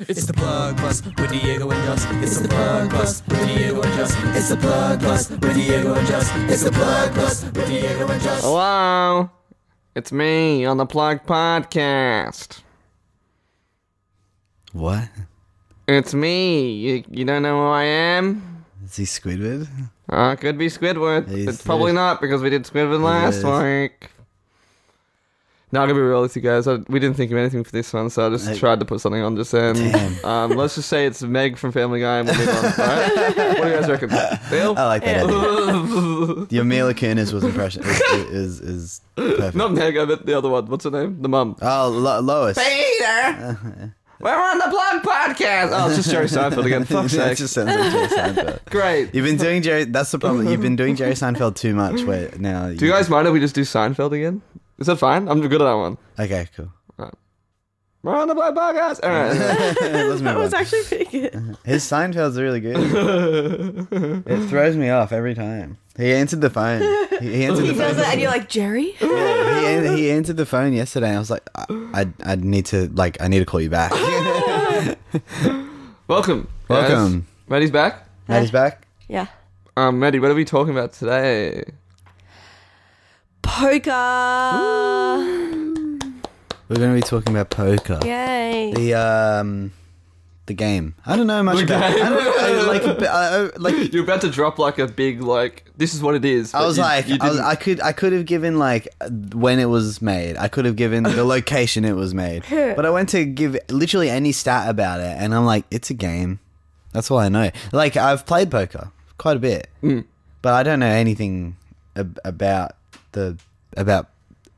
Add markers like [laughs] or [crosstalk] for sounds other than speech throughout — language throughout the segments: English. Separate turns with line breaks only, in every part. It's the plug bus with Diego and Just. It's the plug bus with Diego and Just. It's the plug bus with Diego and Just. It's the plug bus with Diego and Just.
Hello, it's me on the Plug Podcast.
What?
It's me. You, you don't know who I am?
Is he Squidward?
Uh, could be Squidward.
He's
it's probably
there.
not because we did Squidward last
is.
week. Now, I'm gonna be real with you guys. I, we didn't think of anything for this one, so I just
Hey.
tried to put something on just then.
[laughs] Damn.
Um, let's just say it's Meg from Family Guy, and we'll move on. All right? What do you guys
[laughs]
reckon? Deal?
Oh, I
[laughs]
like that idea. Your Mila Kunis was impression is is, is perfect.
Not Meg. I meant the other one. What's her name? The mum.
Oh, Lo- Lois.
Peter! [laughs] We're on the Plug Podcast! Oh, it's just Jerry Seinfeld again.
[laughs]
Fuck's
[laughs] That
sake.
just sounds like Jerry Seinfeld.
Great.
You've been doing Jerry. That's the problem. You've been doing Jerry Seinfeld too much. Wait, now.
Do you guys mind if we just do Seinfeld again? Is that fine? I'm good at that one.
Okay,
[laughs]
cool. [laughs]
We're on the Plug Podcast! Alright.
Let's move
That was
on.
actually pretty good.
His Seinfeld's really good. it throws me off every time. He answered the phone. He, he answered
He
[laughs]
the phone.
does it, and you're like, Jerry?
Yeah, he, an- he answered the phone yesterday. And I was like, I, I, I need to like, I need to call
[laughs]
you back.
[laughs] Welcome. guys.
Welcome.
Maddie's back.
Maddie's back.
Yeah.
Um, Maddie, what are we talking about today?
Poker.
We're going to be talking about poker.
Yay.
The um, the game. I don't know much about.
game.
I don't know, like, I, I- like
You're about to drop like a big, like, this is what it is.
I
but
was
you-
like,
you
I, was,
didn't-
I could, I could have given like when it was made. I could have given the location it was made. But I went to give literally any stat about it, and I'm like, it's a game. That's all I know. Like I've played poker quite a bit,
Hmm.
but I don't know anything ab- about the about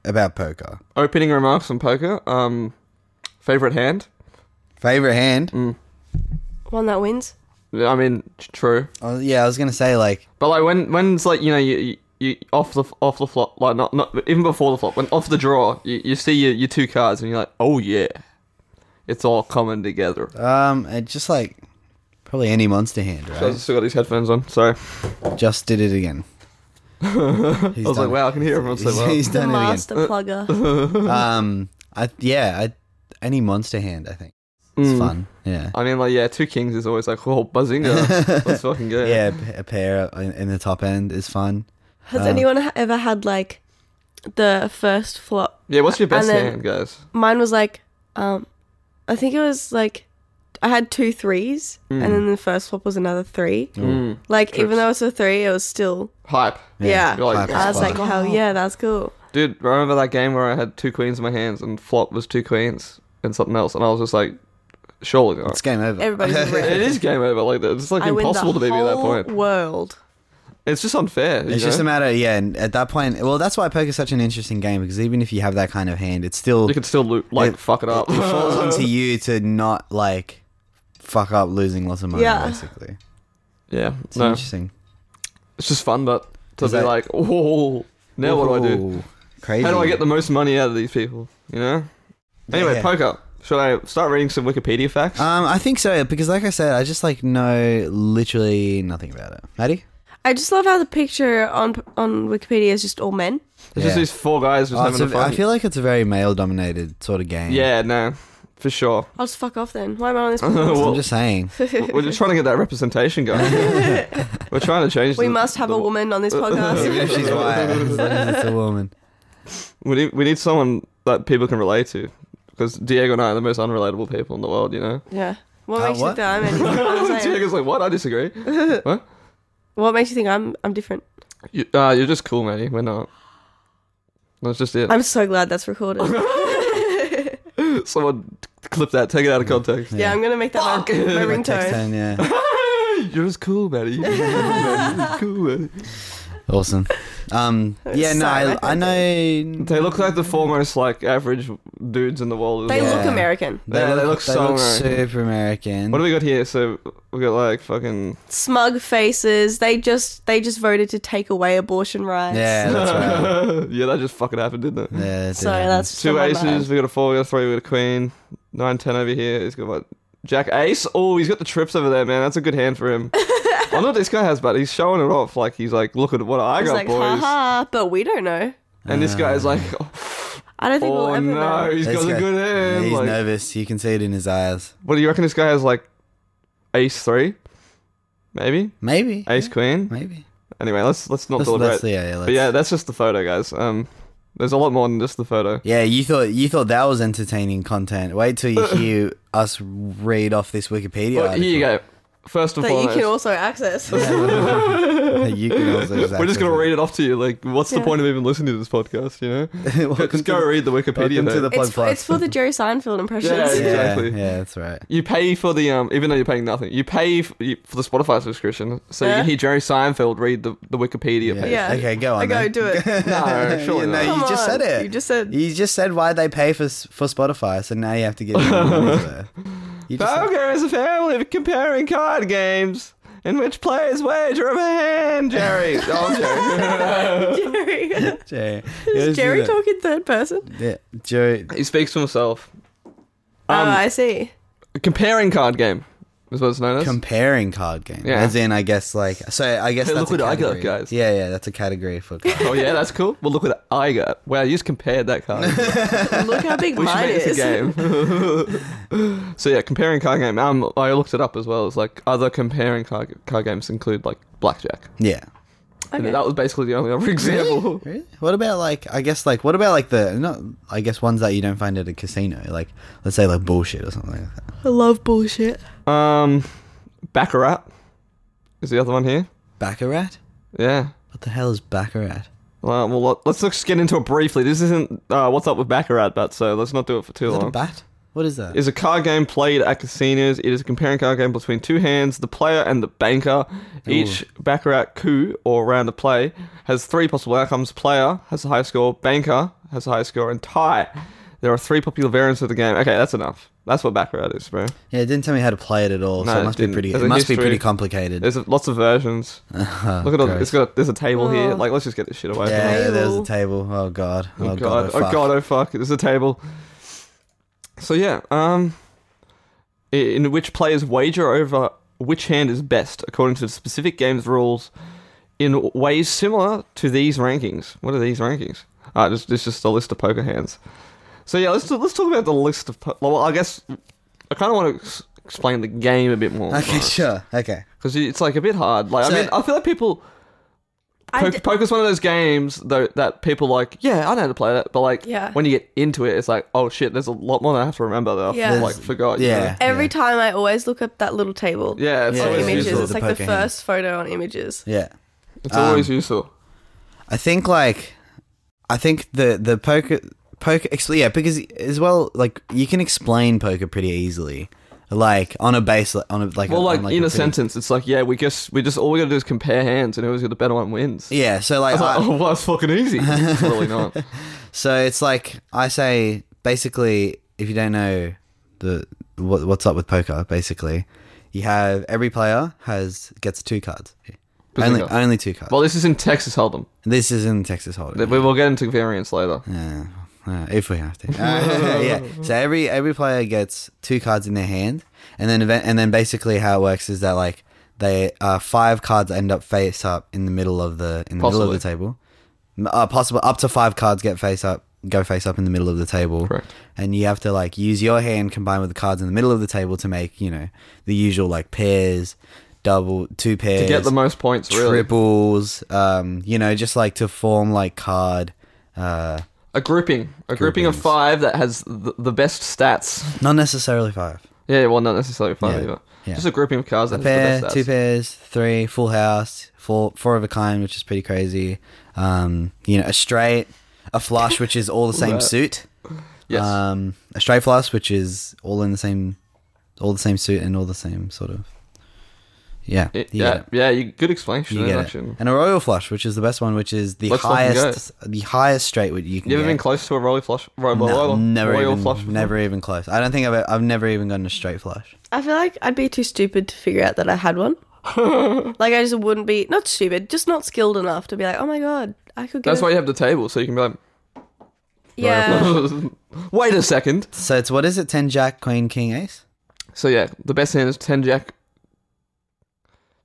about poker.
opening remarks on poker. Um, favorite hand?
Favorite hand?
Hmm.
One that wins.
I mean, t- true.
Oh, yeah, I was gonna say like
But like when when it's like you know you you, you off the off the flop like not not even before the flop when off the draw you, you see your, your two cards and you're like oh yeah, it's all coming together.
um, it just like probably any monster hand, right?
I've still got these headphones on. Sorry,
Just did it
[laughs]
again. He's
I was
done
like
it.
wow I can hear everyone say
[laughs] He's,
wow.
he's
The
[laughs]
done it again.
master
Uh,
plugger.
um, I yeah, I, any monster hand, I think it's
Hmm.
fun. Yeah,
Mm. I mean like yeah, two kings is always like oh
[laughs]
bazinga, let's fucking go.
yeah, a p- a pair in, in the top end is fun.
uh.
Has anyone ha- ever had like the first flop?
yeah. What's your best
And then-
hand, guys?
Mine was like, um, I think it was like, I had two threes,
Hmm.
and then the first flop was another three.
Mm.
Like, even though it was a three, it was still,
Hype,
yeah.
You're like,
Ah, Hype
I
as
was
fuck.
like, hell yeah, that's cool.
dude. Remember that game where I had two queens in my hands and flop was two queens and something else, and I was just like, surely not.
It's game
[laughs]
over.
Everybody's
It
ready.
is game over. Like it's like
I win the
impossible to beat me at that
whole
point.
world.
It's just unfair.
It's just a matter, yeah. And at that point, well, that's why poker's such an interesting game because even if you have that kind of hand, it's still
you can still loot, like
It-
fuck it
[laughs]
up.
it falls onto you to not like fuck up losing lots of money.
Yeah.
basically,
[laughs] yeah,
it's
no,
interesting.
it's just fun, but to
Is
be
that-
like, oh, now what do I do?
Ooh, Crazy.
How do I get the most money out of these people? You know. Anyway,
Yeah.
poker. Should I start reading some Wikipedia facts?
Um, I think so because, like I said, I just like know literally nothing about it. Maddie,
I just love how the picture on on Wikipedia is just all men.
It's just
yeah.
these four guys just
Oh,
having
it's a-
a fun.
I feel like it's a very male-dominated sort of game.
yeah, no, for sure. [laughs]
I'll just fuck off then. Why am I on this?
So
Well,
I'm just [laughs] saying.
We're just trying to get that representation
[laughs]
going. [laughs] We're trying to change.
we
the-
must have a woman on this
Even
[laughs]
podcast. [laughs]
if she's white, [laughs] as long as it's a [laughs] woman.
We need, we need someone that people can relate to, because Diego and I are the most unrelatable people in the world. You know.
yeah. What
Uh,
makes you
what?
think that I'm any- I'm
[laughs]
just saying,
Diego's like, what? I disagree. what?
What makes you think I'm I'm different?
You, uh, you're just cool, matey. We're not. That's just it.
I'm so glad
[laughs]
that's recorded. [laughs] yeah,
Someone clip that, take it out of context.
I'm gonna make that my, my
Text
ringtone.
tone, [laughs] yeah.
[laughs] You're just cool, matey. You're just cool, matey.
Awesome. Um, yeah, no,
Sorry,
I, I
I
know.
They look like the four most like average dudes in the world.
They
Yeah.
look American,
Yeah, they look so American.
super American.
What do we got here? So we got like fucking.
smug faces. They just they just voted to take away abortion rights.
yeah, that's
[laughs]
right.
yeah, that just fucking happened, didn't it?
Yeah, that's
So
it.
that's just
Two
on my mind.
aces. We got a four. We got a three. We got a queen. Nine, ten over here. He's got what? Jack ace. Oh, he's got the trips over there, man. That's a good hand for
[laughs]
him. I don't know what this guy has, but he's showing it off. Like he's like, look at what I
It's
got,
like,
boys.
haha, but we don't know.
And this guy is like,
I don't think we'll
Oh
ever
no,
know.
he's got a good hand.
He's
like-
nervous. You can see it in his eyes.
[laughs] What do you reckon this guy has like ace three? Maybe?
Maybe.
Ace queen?
Maybe.
Anyway, let's let's not
Let's,
deliberate.
let's, yeah, yeah, let's,
but yeah, that's just the photo, guys. Um there's a lot more than just the photo.
Yeah, you thought you thought that was entertaining content. Wait
[laughs]
till you hear us read off this Wikipedia.
But Oh, here you
article.
go. First and
That you
foremost.
can also access.
[laughs]
you can also just
We're just gonna read it off to you. Like, what's the
Yeah.
point of even listening to this podcast? You know,
[laughs] it. Welcome
just go
to
read the Wikipedia.
welcome to
page.
the plug
it's, for,
plus.
it's for the Jerry Seinfeld impressions.
Yeah,
yeah,
Exactly.
yeah, that's right.
you pay for the um, even though you're paying nothing, you pay f- you- for the Spotify subscription, so you
Yeah.
can hear Jerry Seinfeld read the, the Wikipedia [laughs] page.
Yeah.
Okay, go on.
I go
then.
do it.
[laughs] No, surely
no,
not.
you
Come
just
on,
said it.
You just said.
You just said why they pay for s- for Spotify, so now you have to give. them money for
[laughs]
it. You just said-
Poker is a family of comparing card games in which players wager of a hand, [laughs] Jerry. oh, I'm Jerry.
Jerry.
Jerry, You
Is
just
Jerry
did it.
talking third person?
Yeah, Jerry.
[laughs] he speaks for himself.
oh,
Um,
I see.
comparing card game is what it's known as.
Comparing card games,
Yeah.
as in, I guess, like, so I guess
Hey,
that's
look
a
what I got,
category.
guys.
Yeah, yeah, that's a category for.
[laughs] oh yeah, that's cool. Well, look what I got. Wow, you just compared that card. [laughs]
Look how big
We should
mine
make
is.
this a game. [laughs] so yeah, comparing card game. Um, I looked it up as well. It's like other comparing card, card games include like blackjack.
yeah.
And
[laughs] Okay.
that was basically the only other example.
Really? What about like I guess like what about like the not I guess ones that you don't find at a casino like let's say like bullshit or something like that.
I love bullshit.
Um, baccarat is the other one here.
Baccarat?
Yeah.
What the hell is baccarat?
Well, well, let- let's just get into it briefly. This isn't uh, what's up with baccarat, but so let's not do it for too
Is that a
long.
bat? What is that?
is a card game played at casinos. It is a comparing card game between two hands, the player and the banker. Each baccarat coup or round of play has three possible outcomes. Player has a high score, banker has a high score, and tie. There are three popular variants of the game. Okay, that's enough. That's what baccarat is, bro.
yeah, it didn't tell me how to play it at all,
No,
so
it
it must
didn't.
be pretty.
There's
It
a
must be
history.
pretty complicated.
There's lots of versions. Look at all. It's got. There's a table here.
Oh.
Like, let's just get this shit away.
yeah,
Table.
there's a table. Oh god.
from
Oh,
it.
god.
Oh god. Oh fuck. There's a table. So yeah. Um. in which players wager over which hand is best according to the specific game's rules in ways similar to these rankings. What are these rankings? Ah, just it's just a list of poker hands. So yeah, let's let's talk about the list of. Po- well, I guess I kind of want to ex- explain the game a bit more
[laughs] Okay, sure. Okay.
because it's like a bit hard. Like
So-
I mean, I feel like people.
I
Po-
d-
poker's one of those games though that people like. Yeah, I know how to play that, but like
Yeah.
when you get into it, it's like, oh shit, there's a lot more that I have to remember that I
Yeah.
like forgot. you know?
Yeah.
Every
yeah.
time I always look up that little table.
yeah, it's
Yeah,
always
images.
useful.
all
It's
the
like the
poker
first photo on images.
Yeah.
It's
Um,
always useful.
I think like I think the the poker poker ex- yeah because as well like you can explain poker pretty easily like on a base on a like
Well,
a,
like,
on,
in a
pretty-
sentence, it's like, yeah, we just we just all we gotta do is compare hands, and whoever's got the better one wins.
yeah Uh, so like,
It's like,
I-
oh, well, that's fucking
[laughs]
easy. It's really not.
so it's like I say basically if you don't know the what, what's up with poker basically you have every player has gets two cards only
Bazinga.
only two cards
Well, this is in Texas Hold'em.
this is in Texas Hold'em
We will get into variants later.
Uh, uh, if we have
[laughs]
to. Uh, yeah. So every every player gets two cards in their hand, and then event, and then basically how it works is that like they uh, five cards end up face up in the middle of the in the middle
Possibly.
of the table. M- Uh, possible up to five cards get face up go face up in the middle of the table.
Correct.
And you have to like use your hand combined with the cards in the middle of the table to make you know the usual like pairs, double two pairs
To get the most points, really.
triples. Um, you know, just like to form like card. Uh,
A grouping, a grouping of
Groupings.
five that has the, the best stats.
Not necessarily five.
Yeah, well, not necessarily five
Yeah,
either.
yeah.
Just a grouping of cars.
A
that
pair,
has the best
two
stats.
pairs, three, full house, four, four of a kind, which is pretty crazy. Um, you know, a straight, a flush, which is
[laughs]
all the same
that.
suit.
Yes.
Um, a straight flush, which is all in the same, all the same suit and all the same sort of. Yeah,
It-
you
yeah,
get it.
yeah, you good explanation.
You get it.
introduction.
And a royal flush, which is the best one, which is the
Let's fucking go.
highest, the highest straight which you can.
You ever
get.
been close to a royal flush? Royal,
No,
royal,
never
royal
even,
flush. before?
never even close. I don't think I've, I've never even gotten a straight flush.
I feel like I'd be too stupid to figure out that I had one. like I just wouldn't be not stupid, just not skilled enough to be like, oh my god, I could. Get
That's
a-
why you have the table, so you can be like, [laughs]
Yeah.
wait a second.
So it's what is it? Ten jack, queen, king, ace.
So yeah, the best hand is ten jack,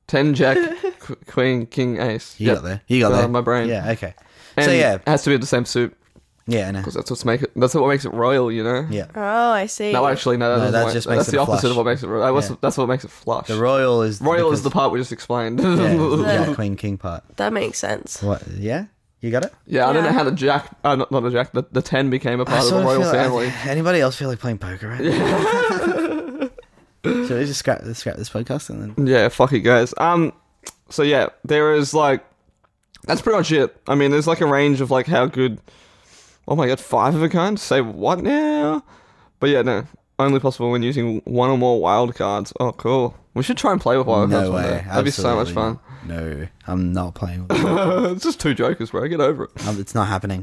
ten
[laughs]
jack, qu- queen, king, ace.
You
Yep.
got there. You got
Uh,
there.
my brain.
Yeah. Okay.
And
so yeah,
it has to be the same suit.
Yeah, I know.
because that's what's make it, that's what makes it royal, you know.
Yeah.
Oh, I see.
No, actually, no, that
No,
doesn't
that
make-
just
that's
makes it
the opposite
flush.
of what makes it. royal. That's,
Yeah.
that's what makes it flush.
The royal is
royal is the
because-
part we just explained. [laughs]
Yeah,
Yeah,
yeah, queen king part.
that makes sense.
What? Yeah, you got it.
I don't know
Yeah.
how the jack, uh, not, not the jack, the, the ten became a part of the
sorta
royal
feel like-
family.
[laughs] anybody else feel like playing poker? Right? now?
[laughs]
[laughs] Should we just scrap, scrap this podcast and then?
Yeah, fuck it, guys. Um, so yeah, there is like, that's pretty much it. I mean, there's like a range of like how good. Oh my god, five of a kind. Say what now? But yeah, no, only possible when using one or more wild cards. Oh, cool. We should try and play with wild cards.
No
one
way.
day. That'd be so much
Absolutely
fun.
not. No, I'm not playing. With
[laughs]
it.
it's just two jokers, bro. Get over it.
Um, it's not happening.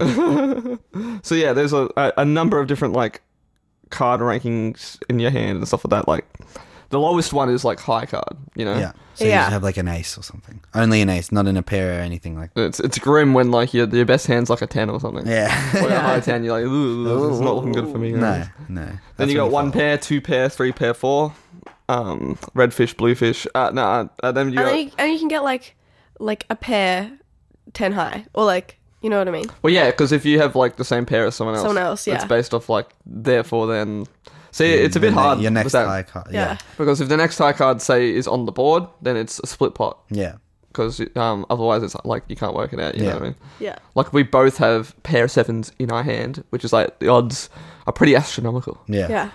So yeah, there's a, a, a number of different like card rankings in your hand and stuff like that. Like the lowest one is like high card, you know.
Yeah. So you
Yeah.
just have like an ace or something. Only an ace, not in a pair or anything like. that.
It's it's grim when like your your best hand's like a ten or something.
Yeah.
Or a [laughs]
[laughs]
[laughs]
high ten, you're like, Ooh, it's not looking good for me.
no, no.
Then
That's
you got
when
one
fall.
pair, two pair, three pair, four. Um, red fish, blue fish. Uh, no, uh, uh, then you got.
And, then you, and you can get like like a pair ten high or like you know what I mean.
Well, yeah, because if you have like the same pair as someone else,
Someone else,
it's
yeah.
based off like therefore then. See, it's a bit
Mm, Then
hard.
Your
with
next
that.
high card. Yeah.
Yeah.
Because if the next high card, say, is on the board, then it's a split pot.
Yeah.
Because um, otherwise, it's like you can't work it out. You know
Yeah.
what I mean?
Yeah.
Like we both have pair sevens in our hand, which is like the odds are pretty astronomical.
Yeah.
Yeah.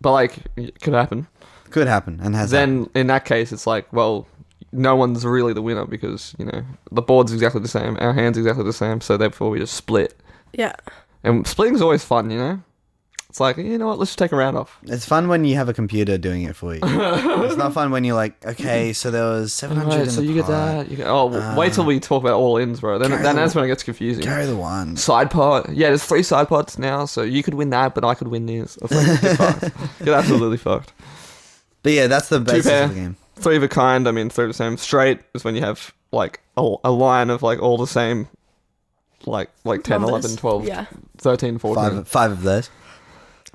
But like, it could happen.
Could happen and has. happened.
Then in that case, it's like, well, no one's really the winner because you know the board's exactly the same, our hands exactly the same, so therefore we just split.
Yeah.
And splitting's always fun, you know. It's like you know what, let's just take a round off.
It's fun when you have a computer doing
[laughs]
it for you. it's not fun when you're like, okay, so there was 700
Right,
in
so
the
you get
pot. Uh,
that. You get, oh, w wait till we talk about all ins, bro. Then, then that's when it gets confusing.
Carry the ones.
Side pot, yeah. There's three side pots now, so you could win that, but I could win this. It's like, get
[laughs]
fucked. Get absolutely fucked.
But yeah, that's the basis
pair.
of the game.
Three of a kind. I mean, three of the same. Straight is when you have like a, a line of like all the same, like like 10,
Numbers.
11, 12,
Yeah.
13, 14.
Five, five of those.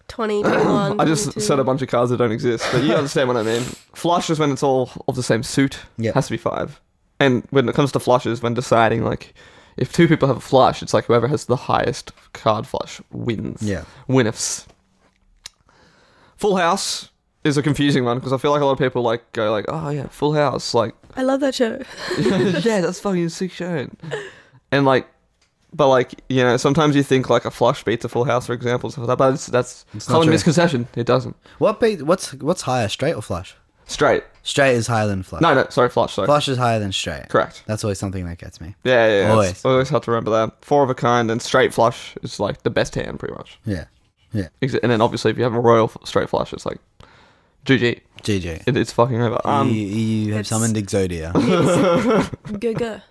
Twenty. [coughs] 21,
I just
22.
said a bunch of cards that don't exist, but
[laughs]
you understand what I mean. Flush is when it's all of the same suit.
Yeah.
Has to be five. And when it comes to flushes, when deciding like if two people have a flush, it's like whoever has the highest card flush wins.
Yeah.
Winnifs. Full house is a confusing one because I feel like a lot of people like go like, oh yeah, full house, like [laughs]
I love that show.
yeah, that's fucking sick show. And like, but like you know, sometimes you think like a flush beats a full house, for example, and stuff like that, but it's, that's
It's not
common
true.
misconception. It doesn't.
What ba- what's what's higher, straight or flush?
Straight.
Straight is higher than flush.
No, no, sorry, flush. Sorry.
Flush is higher than straight.
Correct.
That's always something that gets me.
Yeah, yeah, yeah. Always.
Always.
always have to remember that. Four of a kind and straight flush is like the best hand, pretty much.
Yeah. Yeah.
Ex- And then obviously, if you have a royal f- straight flush, it's like GG.
GG.
It, it's fucking over.
you,
Um,
you have
it's-
summoned
[laughs]
Exodia.
Gaga.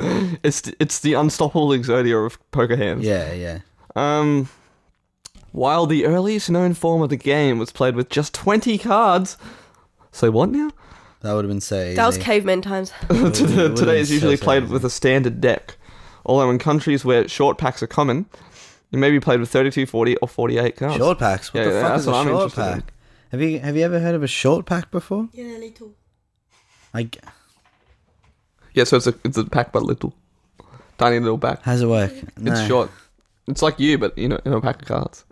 it's th- it's the unstoppable Exodia of poker hands.
yeah, yeah.
Um, while the earliest known form of the game was played with just 20 cards. So what
[laughs]
now?
That would have been so easy.
That was caveman times.
T-
Would've
[laughs] Today
been
is usually
so, so
played
easy.
with a standard deck. Although in countries where short packs are common, it may be played with 32, 40, or 48 cards.
Short packs. What
Yeah,
the
yeah,
fuck
that's
is a
what I'm
short
interested
pack?
in.
Have you have you ever heard of a short pack before?
Yeah, little.
Like,
Yeah, so it's a it's a pack but little, tiny little pack.
how's it work?
It's short. It's like you, but you know, in a pack of cards.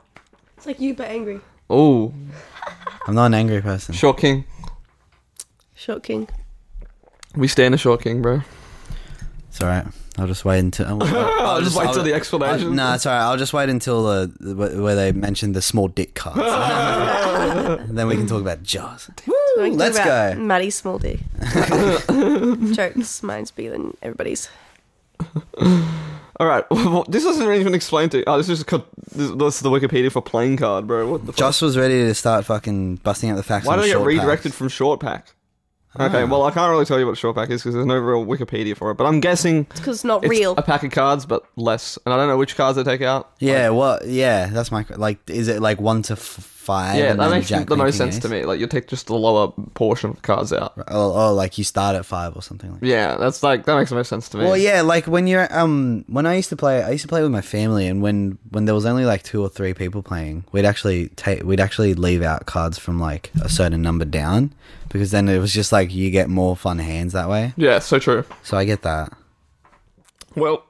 It's like you but angry.
Oh,
I'm not an angry person.
short king.
Short king.
We stand a short king, bro.
It's all right. I'll just wait until. I'll, I'll
[laughs] I'll just wait till the explanation.
No, it's all right. I'll just wait until the, the wh- where they mentioned the small
[laughs]
dick cards. And then we can talk about Jaws.
So we can talk
let's
about
go.
Maddie Small D. [laughs] Jokes. Mine's bigger than everybody's.
All right, [laughs] this doesn't even explain to. Oh, this is co- this, this is the Wikipedia for playing card, bro. What the fuck?
Josh was ready to start fucking busting out the facts.
Why
on
did I get
short
redirected
packs. Ah.
from short pack? Okay, well I can't really tell you what short pack is because there's no real Wikipedia for it. But I'm guessing
It's because it's not
it's
real.
a pack of cards, but less. And I don't know which cards they take out.
Yeah, well, yeah, that's my qu- like. Is it like one to f- five?
yeah,
and
that
then
makes
Jack
the most
making
sense
ace?
to me. Like you take just the lower portion of the cards out.
Oh, oh, like you start at five or something. Like.
Yeah, that's like that makes the most sense to me.
Well, yeah, like when you're um when I used to play, I used to play with my family, and when when there was only like two or three people playing, we'd actually take we'd actually leave out cards from like a certain number down because then it was just like you get more fun hands that way.
Yeah, so true.
So I get that.
Well,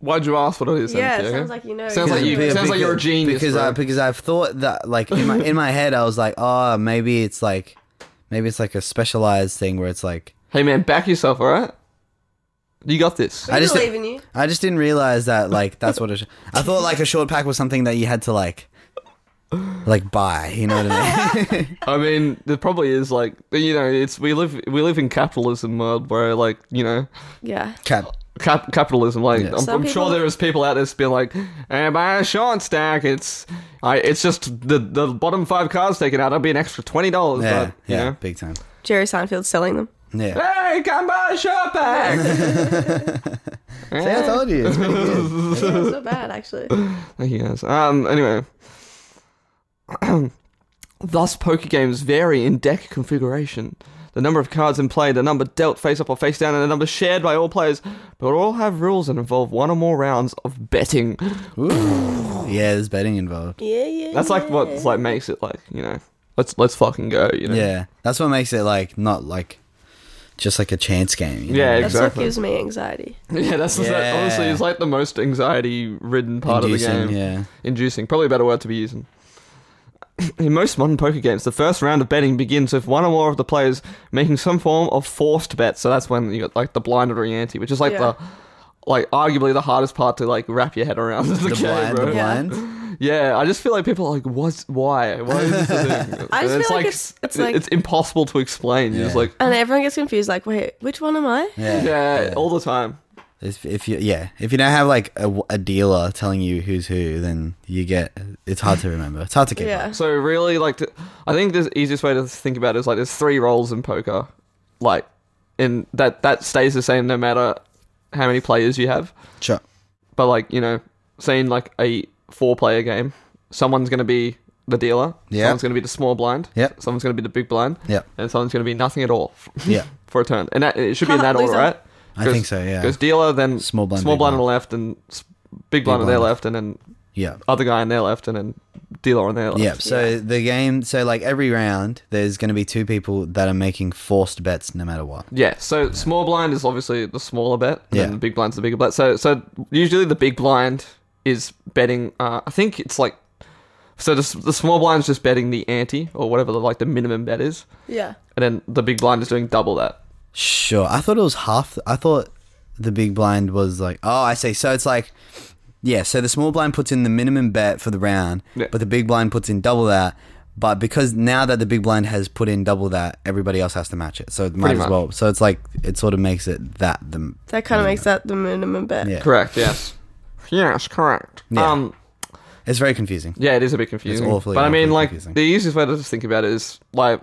Why'd you ask? What it is?
Yeah,
Anthony,
it
okay?
sounds like you know.
Sounds like you-
Yeah,
sounds like you're a genius,
Because
bro.
I because I've thought that like in my in my head I was like, oh, maybe it's like maybe it's like a specialized thing where it's like
Hey man, back yourself, all right? You got this.
I
I just-
believe in you.
I just didn't realize that like that's what a sh- I thought like a short pack was something that you had to like like buy, you know what I mean? [laughs]
I mean, there probably is like you know, it's we live we live in capitalism world where like you know
Yeah.
Cap-
cap- capitalism. Like I'm,
Some
I'm
people-
sure there is people out there being like, eh, buy a short stack. It's I it's just the the bottom five cards taken out. I'll be an extra twenty dollars.
yeah,
but, you
yeah,
know.
big time.
Jerry Seinfeld's selling them.
Yeah.
Hey, come buy a short pack.
See, I told you. It's pretty good.
yeah, it's not bad actually.
Thank you guys. Um. Anyway. [clears throat] Thus, poker games vary in deck configuration. The number of cards in play, the number dealt face up or face down, and the number shared by all players, but all have rules and involve one or more rounds of betting.
Ooh. [laughs] Yeah, there's betting involved.
Yeah, yeah.
That's like what's like makes it like you know, let's let's fucking go. You know.
Yeah. That's what makes it like not like just like a chance game. you know?
Yeah,
That's what
exactly.
gives me anxiety.
[laughs] Yeah, that's That,
Yeah.
honestly is like the most anxiety-ridden part of
Inducing,
the game.
yeah.
Inducing, probably a better word to be using. [coughs] In most modern poker games, the first round of betting begins with one or more of the players making some form of forced bet. So that's when you got like the blind or the ante, which is like
Yeah.
the like arguably the hardest part to like wrap your head around. The,
The
game,
blind,
bro.
the
Yeah.
blind.
Yeah, I just feel like people are like, what's why? Why is this a thing?
[laughs] I just
And
feel like it's- it's like-
impossible to explain. You're just
Yeah.
like, [laughs]
And everyone gets confused. Like, wait, which one am I?
Yeah.
yeah, all the time.
If, if you yeah, if you don't have like a, a dealer telling you who's who, then you get it's hard to remember. It's hard to keep.
Yeah.
Yeah.
So really, like, th- I think the easiest way to think about it is like there's three roles in poker, like, and that that stays the same no matter how many players you have.
Sure.
But like you know, saying like a four-player game, someone's gonna be the dealer,
Yeah.
someone's gonna be the small blind,
Yep.
someone's gonna be the big blind,
Yep.
and someone's gonna be nothing at all [laughs]
Yeah.
for a turn, and that, it should be in
Can't
that order,
lose
right?
I
Because-
think so. Yeah.
Because dealer, then
Small blind,
small
big
blind on
blind.
the left, and s- big blind on their
blind.
left, and then
yeah.
other guy on their left, and then dealer on their left.
Yeah. So the game. So like every round, there's going to be two people that are making forced bets, no matter what.
Yeah, so small blind is obviously the smaller bet, and
Yeah.
the big blind's the bigger bet. So, so usually the big blind is betting. Uh, I think it's like, so the, s- the small blind's just betting the ante or whatever the like the minimum bet is,
Yeah.
and then the big blind is doing double that.
Sure. I thought it was half. I thought the big blind was like. Oh, I see. So it's like. Yeah. So the small blind puts in the minimum bet for the round,
Yeah.
but the big blind puts in double that. But because now that the big blind has put in double that, everybody else has to match it. So it might
Pretty
as
much.
well. So it's like it sort of makes it that the
That kind of makes that the minimum bet.
yeah.
Correct. Yes. [laughs] yes. Correct.
Yeah.
Um.
It's very confusing.
Yeah, it is a bit confusing.
awfully,
but I mean,
awfully
like
confusing.
the easiest way to just think about it is like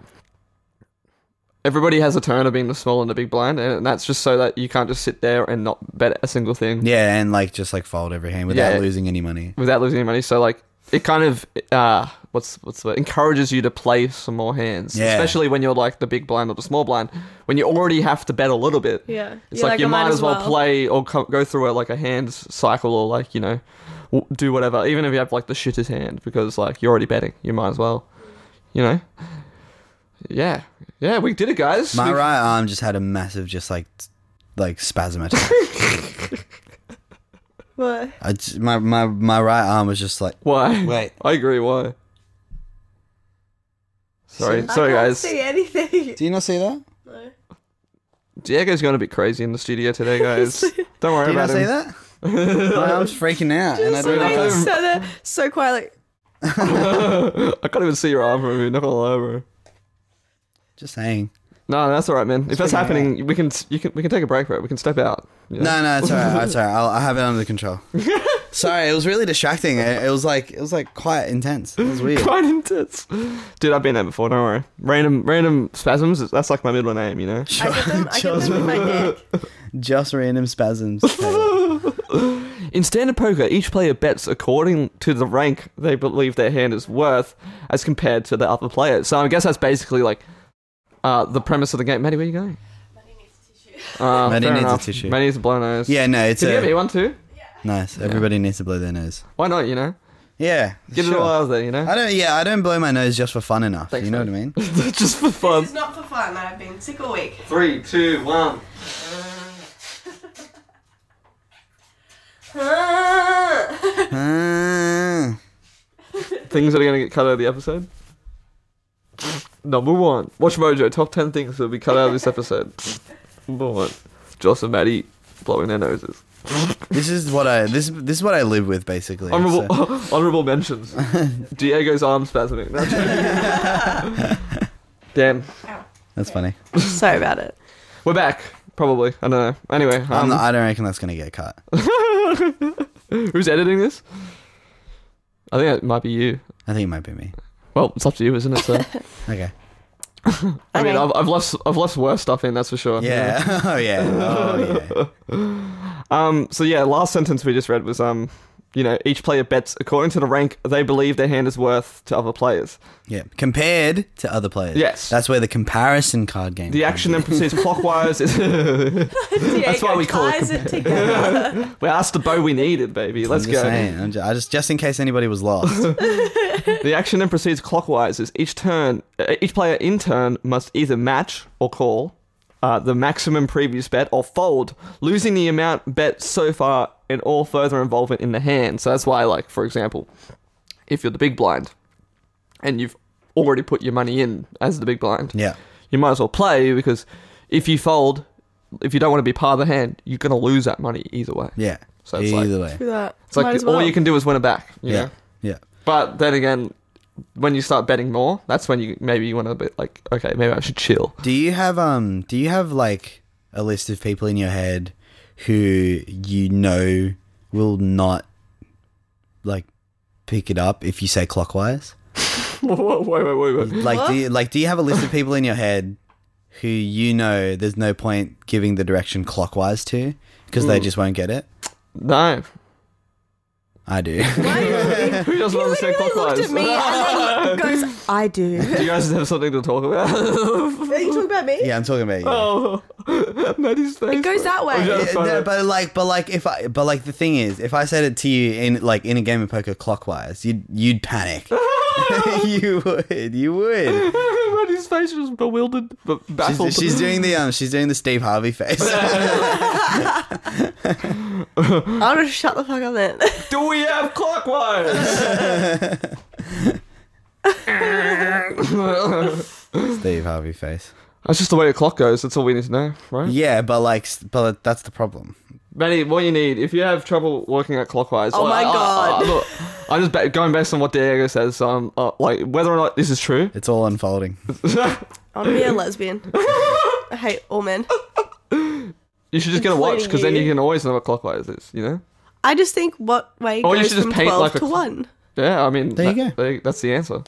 everybody has a turn of being the small and the big blind, and that's just so that you can't just sit there and not bet a single thing.
Yeah, and like just like fold every hand without
Yeah.
losing any money.
without losing any money. So like it kind of uh what's what's the word? encourages you to play some more hands,
Yeah.
especially when you're like the big blind or the small blind, when you already have to bet a little bit.
Yeah.
It's
You're
like,
like,
you
I
might as well, play or co- go through a, like a hand cycle or like you know w- do whatever, even if you have like the shittest hand because like you're already betting, you might as well, you know. Yeah, yeah, we did it, guys.
My
We-
right arm just had a massive, just like, t- like
[laughs]
spasm attack.
What?
I j- my my my right arm was just like,
why?
Wait.
I agree. Why? Sorry, sorry,
I can't
guys.
see
[laughs]
anything. [laughs]
do you not see that?
No.
Diego's going to be crazy in the studio today, guys. Don't worry
Do you
about
not see
him.
[laughs] that? my arm's freaking out, and I don't
Like,
know.
so, they're so quiet. Like,
[laughs] I can't even see your arm from here. Not gonna lie, bro.
Just saying.
No, that's all right, man. If that's happening, we can you can we can take a break for it. We can step out. Yeah. [laughs]
No, no, it's alright. It's alright. I'll, I have it under control. Sorry, it was really distracting. It, it was like it was like quite intense. It
[laughs]
was weird. [laughs]
Quite intense, dude. I've been there before. Don't worry. Random random spasms. That's like my middle name, you know.
I get them. I get
[laughs]
them with my neck.
Just random spasms.
In standard poker, each player bets according to the rank they believe their hand is worth, as compared to the other player. So I guess that's basically like uh, the premise of the game. Maddie, where you going? Uh,
Maddie
fair
needs a
enough.
tissue.
Maddie needs a blow nose.
yeah, no, it's
Can you
a,
give me one too?
nice. Everybody needs to blow their nose.
Why not? You know,
Yeah,
get it
sure.
all out of there. You know.
I don't. Yeah, I don't blow my nose just for fun enough.
Thanks,
you know
mate.
what I mean?
[laughs] just for fun.
It's not for fun. I've been sick all week.
Three, two, one. [laughs]
Ah.
Things that are going to get cut out of the episode. Number one, Watch Mojo. Top ten things that will be cut out of this episode. Number one, Joss and Maddie blowing their noses.
This is what I this this is what I live with basically.
Honorable,
so-
[laughs] honorable mentions. Diego's arm spasming. Damn,
that's funny.
[laughs] Sorry
[laughs]
about it.
we're back. Probably. I don't know. Anyway, [laughs] um,
I'm not- I don't reckon that's gonna get cut.
[laughs] who's editing this? I think it might be you.
I think it might be me.
Well, it's up to you, isn't it? Sir?
Okay.
I mean,
Okay.
I've, I've left I've left worse stuff in. That's for sure.
Yeah. [laughs]
[laughs]
oh yeah. Oh yeah.
Um. So yeah, last sentence we just read was um, you know, each player bets according to the rank they believe their hand is worth to other players.
Yeah. Compared to other players.
Yes.
That's where the comparison card game.
The
comes
action
in.
then proceeds clockwise. [laughs]
That's
why we call it
ties it together. [laughs]
Well, that's the bow we needed, baby. Let's
I'm just
go.
Saying, I'm just, I just just in case anybody was lost.
[laughs] The action then proceeds clockwise. As each turn, uh, each player in turn must either match or call uh, the maximum previous bet or fold, losing the amount bet so far and all further involvement in the hand. So that's why, like for example, if you're the big blind and you've already put your money in as the big blind,
yeah.
you might as well play because if you fold, if you don't want to be part of the hand, you're gonna lose that money either way.
Yeah.
So it's like-
either way.
That.
It's like all you can do is win it back. You
Yeah.
know?
Yeah.
But then again, when you start betting more, that's when you maybe you want to be like, okay, maybe I should
[laughs]
chill.
Do you have um? Do you have like a list of people in your head who you know will not like pick it up if you say clockwise?
whoa, whoa, whoa, whoa, whoa.
Like, do you, like do you have a list of people in your head who you know there's no point giving the direction clockwise to because
Hmm.
they just won't get it?
No,
I do.
who doesn't understand
looked at
clockwise?
me and then he goes, I
[laughs]
do.
Do you guys have something to talk about? [laughs]
Are you talking about
[laughs]
me?
yeah, I'm talking about you.
oh, Maddie's face.
It goes that
[laughs]
way.
Yeah.
Yeah,
Sorry.
no, but like, but like, if I, but like, the thing is, if I said it to you in like in a game of poker clockwise, you'd you'd panic.
[laughs]
[laughs] you would, you would.
Maddie's face was bewildered, but baffled.
She's, she's doing the um, she's doing the Steve Harvey face. [laughs]
I'm gonna shut the fuck up then.
[laughs] Do we have
[laughs]
clockwise?
Steve Harvey face.
That's just the way a clock goes. That's all we need to know, right?
Yeah, but like, s- but that's the problem.
Maddie, what you need if you have trouble working out clockwise?
Oh my
I- I-
God.
I, look, I'm just ba- going based on what Diego says. So I'm uh, like whether or not this is true.
It's all unfolding.
I wanna
[laughs]
be a lesbian. I hate all men.
You should just get a watch
Including
because then you
you.
can always know what clockwise is. You know?
I just think what way
Or you
goes
should just
from
paint
12
like a
to
cl-
1.
Yeah. I mean,
There you
that-
go.
that's the answer.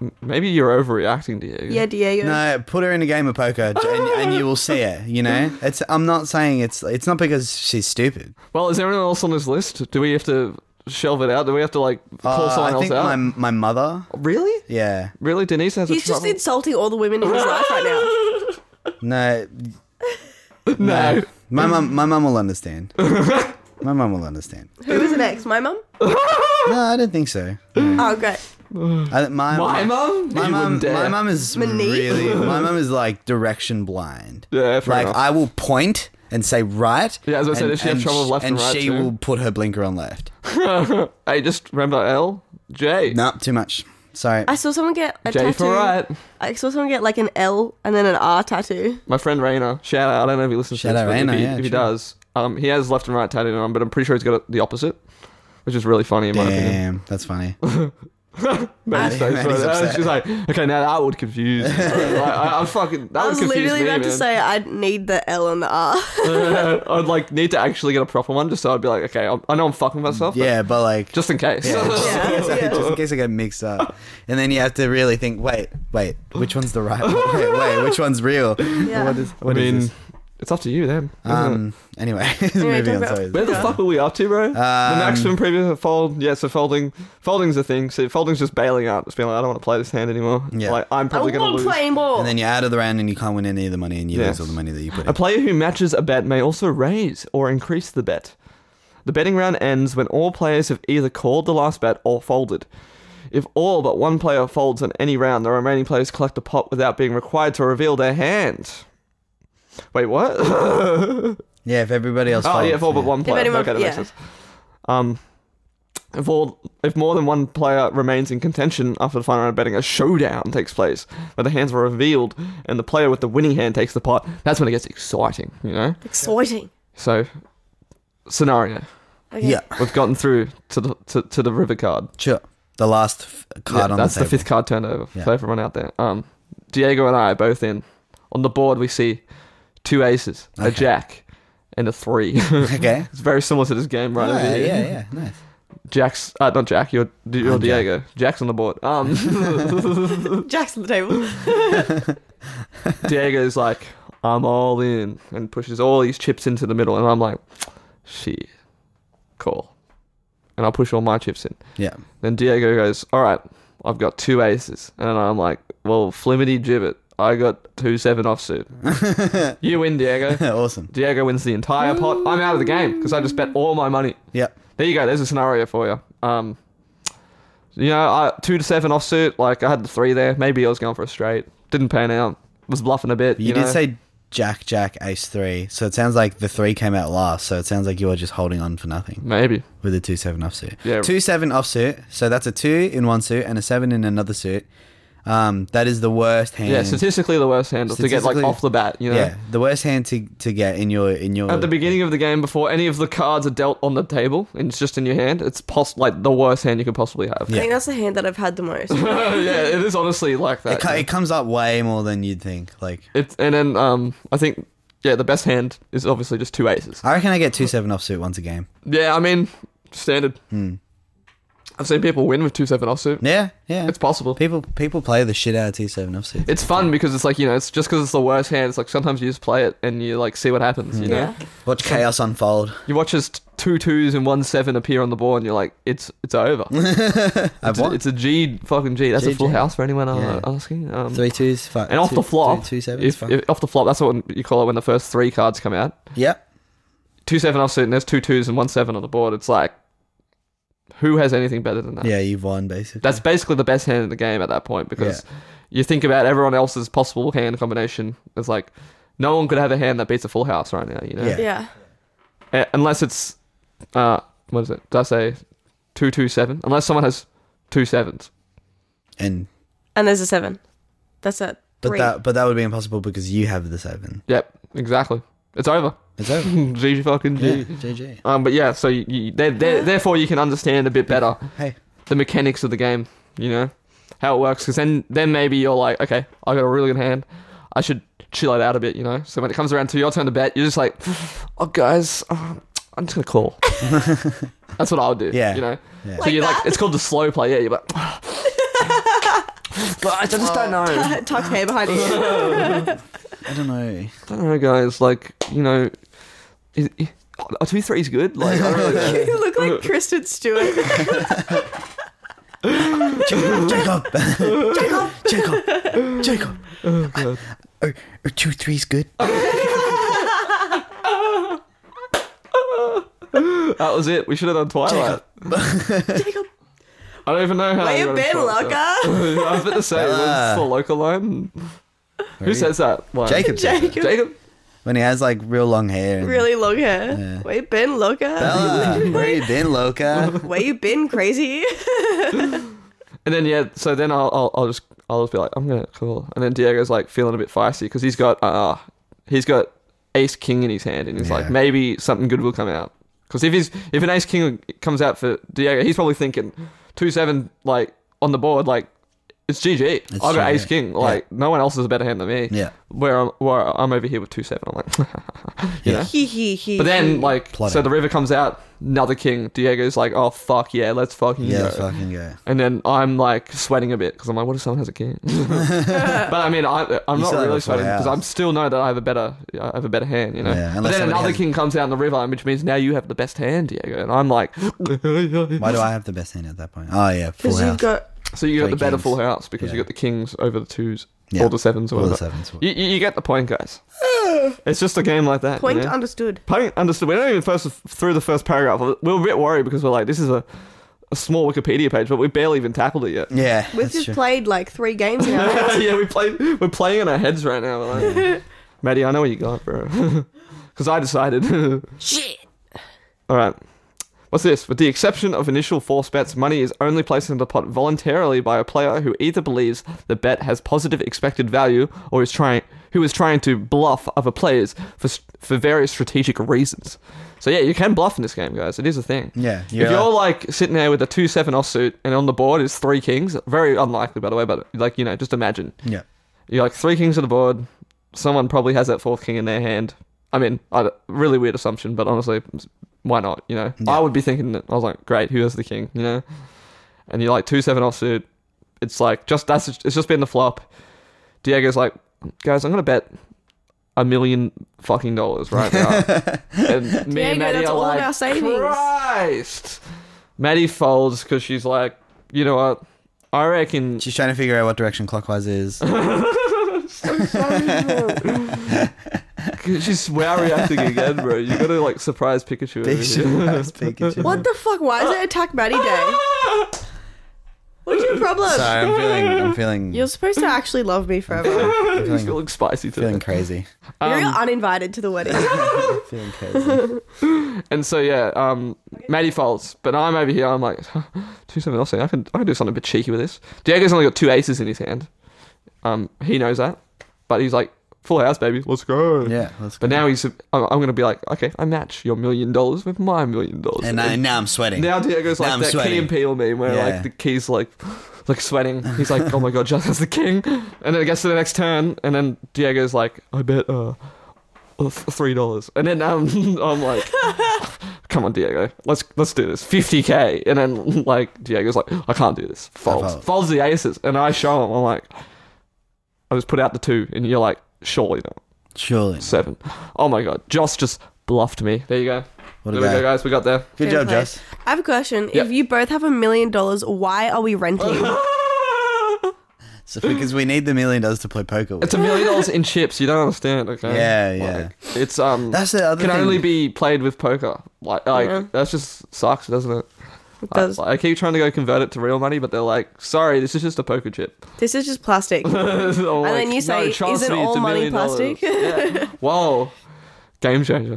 M- Maybe you're overreacting, Diego.
Yeah, Diego.
No, put her in a game of poker, j- and, and you will see it.
[laughs]
You know, it's. I'm not saying it's. It's not because she's stupid.
Well, is there anyone else on this list? Do we have to shelve it out? Do we have to like call
Uh,
someone
I
else
think
out?
my my mother.
Really?
Yeah.
Really? Denise has
He's
a
just
trouble?
insulting all the women in
[laughs]
his life right now.
No.
No.
My mum, my mum
[laughs]
will understand. my mum will understand.
Who was an ex? My mum?
No, I don't think so.
Oh, great.
I, my
My mum?
my
You
mum,
wouldn't dare.
my mum is
Monique?
[laughs]
really. My mum is like direction blind.
Yeah, fair
like
enough.
I will point and say right.
Yeah, as I said,
and-
if she has
and
trouble with
sh-
left and right
she
too.
will put her blinker on left.
[laughs] hey, just remember L J.
no, too much. Sorry.
I saw someone get a
J
tattoo.
for right.
I saw someone get like an L and then an R tattoo.
My friend Rainer, shout out. I don't know if he listens
Shout
to this,
out
but
Rainer,
if he,
yeah,
if he
sure.
does, um, he has left and right tattooed on, but I'm pretty sure he's got the opposite, which is really funny in my opinion. [laughs]
Damn, that's funny.
Maddie's
Maddie-
face
Maddie's
right there.
upset.
She's like, okay, now that would confuse. me." like, I, I fucking that
I
would
was
confuse
literally
me,
about
man.
to say I'd need the L and the
[laughs]
R. [laughs]
I'd like need to actually get a proper one, just so I'd be like, okay, I'm, I know I'm fucking myself. but
yeah, but like
just in case. [laughs]
yeah, yeah.
just in case [laughs] I get mixed up, and then you have to really think. Wait, wait, which one's the right one? [laughs] Wait, wait which
[laughs]
one's real?
Yeah.
What is?
I
What is
mean,
this?
it's up to you then. isn't it?
Um. Anyway, [laughs]
talk
moving on.
about-
Sorry.
Where the fuck were we up to, bro? the maximum previous fold. Yeah, so folding, folding's a thing. So folding's just bailing out. Just being like, I don't want to play this hand anymore.
Yeah.
Like, I'm
I
probably going to
want
lose.
playing ball.
And then you're out of the round and you can't win any of the money and you
Yeah.
lose all the money that you put
A
in.
player who matches a bet may also raise or increase the bet. The betting round ends when all players have either called the last bet or folded. If all but one player folds on any round, the remaining players collect [laughs] a pot without being required to reveal their hand. Wait, what?
Yeah, if everybody else.
Oh
folds,
yeah, if all but one player.
anyone-
okay, that makes
yeah.
sense. Um, if all, if more than one player remains in contention after the final round of betting, a showdown takes place where the hands are revealed and the player with the winning hand takes the pot. That's when it gets exciting, you know.
Exciting.
So, scenario:
Okay.
Yeah,
we've gotten through to the to, to the river card.
sure. The last f- card
Yeah,
on
that's
the table.
fifth card turned over
Yeah.
for everyone out there. Um, Diego and I are both in. On the board, we see two aces, a
Okay.
jack, and a three. [laughs] it's
[laughs] Okay.
very similar to this game, right?
yeah,
over here.
yeah, yeah, nice.
Jack's uh, not Jack. You're you're
I'm Jack.
Diego. Jack's on the board. Um,
[laughs]
Jack's on the table.
Diego's like, I'm all in, and pushes all these chips into the middle, and I'm like, shit, cool, and I push all my chips in.
Yeah, [laughs]
Then Diego goes, all right, I've got two aces, and I'm like, well, flimity gibbet, I got two seven offsuit.
[laughs]
you win, Diego.
awesome.
Diego wins the entire pot. I'm out of the game because I just bet all my money.
Yep.
There you go. There's a scenario for you. Um, you know, I, two to seven offsuit. Like I had the three there. Maybe I was going for a straight. Didn't pan out. Was bluffing a bit.
You,
You,
did
know?
say Jack, Jack, Ace three. So it sounds like the three came out last. So it sounds like you were just holding on for nothing
maybe.
with a two seven offsuit.
Yeah.
Two seven offsuit. So that's a two in one suit and a seven in another suit. Um, that is the worst hand.
Yeah, statistically the worst handle to get like
Statistically-
off the bat. You know,
Yeah, the worst hand to, to get in your in your
at the beginning of the game before any of the cards are dealt on the table and it's just in your hand, it's poss- like the worst hand you could possibly have.
I
Yeah.
think that's the hand that I've had the
[laughs]
most.
yeah, it is honestly like that.
It, co-
yeah.
it comes up way more than you'd think. Like
It's- and then um, I think yeah, the best hand is obviously just two aces.
I reckon I get two seven offsuit once a game.
Yeah, I mean, standard.
Hmm.
I've seen people win with two seven offsuit.
Yeah, yeah.
It's possible.
people people play the shit out of two seven offsuit.
It's fun because it's like you know, it's just because it's the worst hand. It's like sometimes you just play it and you like see what happens.
Hmm.
You know,
yeah.
Watch chaos unfold.
you watch as t- two twos and one seven appear on the board, and you're like, it's it's
[laughs]
over.
I've
It's, a-
won
it's a G fucking G. That's a full
GG.
house for anyone uh,
Yeah.
asking. Um,
three twos. Five,
and off
two-
the flop,
two- two sevens,
if,
fine.
if- off the flop, that's what you call it when the first three cards come out.
Yep.
Two seven offsuit, and there's two twos and one seven on the board. It's like, who has anything better than that?
Yeah, you've won basically.
that's basically the best hand in the game at that point because you think about everyone else's possible hand combination. It's like no one could have a hand that beats a full house right now, you know,
Yeah.
Yeah.
A- unless it's uh, what is it? Did I say two two seven? Unless someone has two sevens.
and
And there's a seven. That's it.
but
Three. [laughs]
that but that would be impossible because you have the seven.
Yep, exactly. It's over. [laughs]
It's over.
GG fucking
yeah,
G.
GG.
Um, but yeah, so you, you, they therefore you can understand a bit better
Hey,
the mechanics of the game, you know, how it works. Because then, then maybe you're like, okay, I got a really good hand. I should chill it out a bit, you know. So when it comes around to your turn to bet, you're just like, oh, guys, uh, I'm just gonna
[laughs]
call. That's what I would do.
Yeah.
You know.
Yeah.
So you're like, it's called the slow play. Yeah. You're like, "Ah." but I just don't know.
Tucked hair behind
[laughs]
you. [laughs]
I don't know.
I don't know, guys. Like, you know, is, is, are two threes good? Like, I don't
[laughs]
really
you look like Kristen [laughs] Stewart.
Jacob, [laughs] Jacob,
[laughs]
Jacob, Jacob.
Oh,
Are, are two threes good?
that was it. We should have done Twilight.
Jacob,
I don't even know how.
where
I
you
got
been,
into Twilight. [laughs]
Locker?
I was about to say, what's the local line? Who says that? line?
[laughs] Ah. Jacob. says that.
Jacob,
Jacob.
When he has like real long hair. And, [laughs]
really long hair.
Yeah.
Where you been, Locker?
Bella, where you
[laughs]
been, Loca?
Where you
[laughs]
been, crazy?
And then yeah, so then I'll I'll, I'll just I'll just be like, I'm gonna call. And then Diego's like feeling a bit feisty because he's got uh he's got ace king in his hand, and he's
Yeah.
like, maybe something good will come out. Because if he's if an ace king comes out for Diego, he's probably thinking two seven like on the board like. It's GG. I got
GG.
ace king. Like no one else has a better hand than me.
Yeah.
Where I'm, where I'm over here with two seven. I'm like, [laughs] you know.
He he he.
But then, like,
Plotting.
so the river comes out, another king. Diego's like, oh, fuck yeah, let's fucking
Yeah,
go.
let's fucking go.
And then I'm like sweating a bit because I'm like, what if someone has a
[laughs]
king? [laughs] but I mean, I, I'm
You
not
still have a
really
full
sweating because
house.
I'm still know that I have a better, I have a better hand, you know.
Yeah,
but
unless
then
somebody
another
has-
king comes out in the river, which means now you have the best hand, Diego. And I'm like, [laughs]
Why do I have the best hand at that point? Oh yeah, full
because
house.
you've got
so you got the
Three
better
kings.
full house because you
Yeah.
got the kings over the twos
Yeah.
or the sevens or
All
whatever.
the sevens.
You, you, you get the point, guys. it's just a game like that. you
point
know?
understood.
Punk understood. We don't even first through the first paragraph. We were a bit worried because we're like, this is a, a small Wikipedia page, but we barely even tackled it yet.
[laughs] Yeah,
We've
that's
just
true.
played like three games now. [laughs]
yeah, we play. We're playing in our heads right now. We're like, Maddie, I know what you got, bro. [laughs] Because I decided. [laughs]
Shit.
All right. What's this? With the exception of initial force bets, money is only placed in the pot voluntarily by a player who either believes the bet has positive expected value or is trying who is trying to bluff other players for s- for various strategic reasons. So yeah, you can bluff in this game, guys. It is a thing.
Yeah,
if
you're-
you're like sitting there with a two seven offsuit and on the board is three kings, very unlikely by the way, but like you know, just imagine
Yeah.
you're like three kings on the board. Someone probably has that fourth king in their hand. I mean, I, really weird assumption, but honestly, why not? You know, I would be thinking that I was like, great, who has the king? You know, and you're like two seven offsuit. It's like just that's it's just been the flop. Diego's like, guys, I'm gonna bet a million fucking dollars right now. and me
Diego,
and Maddie
that's
are
all of
like,
our savings.
Christ. Maddie folds because she's like, you know what? I reckon
She's trying to figure out what direction
[laughs]
clockwise is.
She's wow reacting again, bro. You gotta like surprise Pikachu.
Big
over here.
surprise, Pikachu.
What the fuck? Why [laughs] is it Attack Maddie Day? What's your problem?
Sorry, I'm feeling. I'm feeling.
You're supposed to actually love
[laughs]
me [laughs] forever.
I'm
[laughs] He's
feeling,
feeling spicy
feeling
today. [laughs]
crazy.
You're uninvited to the wedding.
feeling crazy.
And so yeah, um, Maddie folds, but I'm over here. I'm like [laughs] two seven. I'll say I can I can do something a bit cheeky with this. Diego's only got two aces in his hand. Um, he knows that, but he's like full house, baby. Let's go.
Yeah, let's go.
But now he's. I'm, I'm gonna be like, okay, I match your million dollars with my million dollars.
and I, now I'm sweating.
Now Diego's
Now
like
I'm
that
sweating.
key and peel me, where
Yeah.
like the key's like [laughs] like sweating. He's like, oh my god, Just has the king, and then it gets to the next turn, and then Diego's like, I bet uh uh, th- three dollars, and then um, [laughs] I'm like, come on Diego, let's let's do this, fifty k, and then [laughs] like Diego's like, I can't do this, folds,
fold.
folds the aces, and I show him, I'm like, I just put out the two, and you're like, surely not
Surely.
seven. Oh my god, Joss just bluffed me. There you go.
What
there we
about-
go, guys. We got there.
Good job,
Fair play.
Jess.
I have a question.
Yep.
If you both have a million dollars, why are
[laughs]
we renting?
So, because we need the million dollars to play poker with.
It's a million dollars in chips. You don't understand, okay?
Yeah, yeah.
Like, it's um.
That's the other
Can
thing. [laughs]
only be played with poker. Like, like
Yeah.
that's just sucks, doesn't it? It
does.
I, I keep trying to go convert it to real money, but they're like, "Sorry, this is just a poker chip." [laughs]
this is
[laughs]
just plastic.
and
then you say, "Isn't all money plastic?" [laughs]
yeah. Whoa, game changer.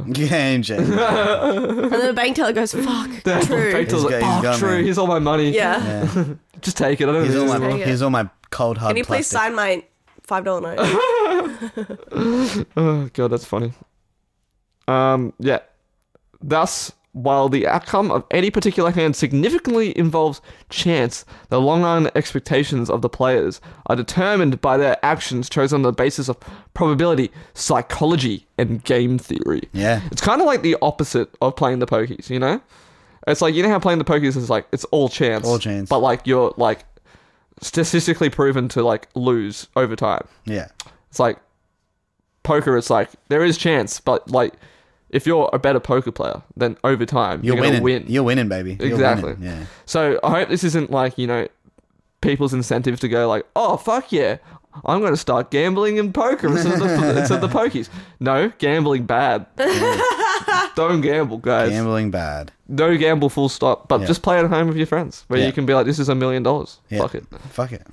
[laughs]
Game changer.
And then the bank teller goes, fuck, true.
Back to
He's
like,
got-
"Oh,
he's got
true.
me."
Here's all my money.
Yeah.
Yeah.
just take it. I don't
Here's
know.
all
what it
my.
is.
it.
Here's all my cold hard.
Can you please
plastic.
sign my $5
[laughs]
note?
Oh god, that's funny. Um, yeah. Thus, while the outcome of any particular hand significantly involves chance, the long run expectations of the players are determined by their actions chosen on the basis of probability, psychology, and game theory.
Yeah.
It's kind of like the opposite of playing the pokies, you know? It's like, you know how playing the pokies is like, it's all chance.
All chance.
But like, you're like statistically proven to like lose over time.
Yeah.
It's like poker. It's like there is chance, but like if you're a better poker player, then over time
You're,
you're,
winning.
gonna win.
You're winning, baby. You're
Exactly.
winning. Yeah.
so I hope this isn't like you know people's incentive to go like, oh fuck yeah, I'm gonna start gambling in poker instead of
[laughs]
the, instead of the pokies. No, gambling bad. Don't gamble, guys.
Gambling bad.
No gamble, full stop. But
Yeah.
just play at home with your friends, where
Yeah.
you can be like, "This is a million dollars.
Yeah.
Fuck it."
Fuck it.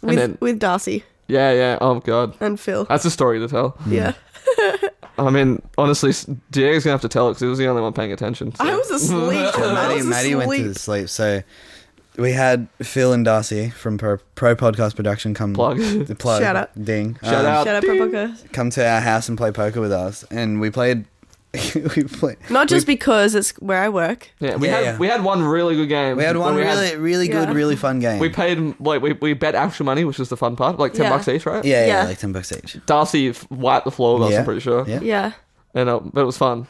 with,
then-
with Darcy
Yeah, yeah. Oh god,
and Phil.
Uh,
that's a story to tell.
yeah.
I mean, honestly, s- Diego's gonna have to tell it because he was the only one paying attention. so-
I was asleep.
So
I
Maddie,
Oh, was
Maddie went to sleep.
asleep.
So we had Phil and Darcy from Pro, Pro Podcast Production come
Plug.
the [laughs] plug
Shout out.
ding um,
Shout out.
Shout out
Ding.
Papa
come to our house and play poker with us, and we played. [laughs] we played.
Not just because it's where I work.
Yeah, we
Yeah,
had
yeah.
we had one really good game.
We had
where
one
we had-
really, really good,
Yeah.
really fun game.
we paid like we, we bet actual money, which was the fun part, like ten
Yeah.
bucks each, right?
yeah, yeah,
Yeah.
like ten bucks each.
Darcy f- wiped the floor with us.
Yeah.
I'm pretty sure.
Yeah.
Yeah.
And uh, but it was fun.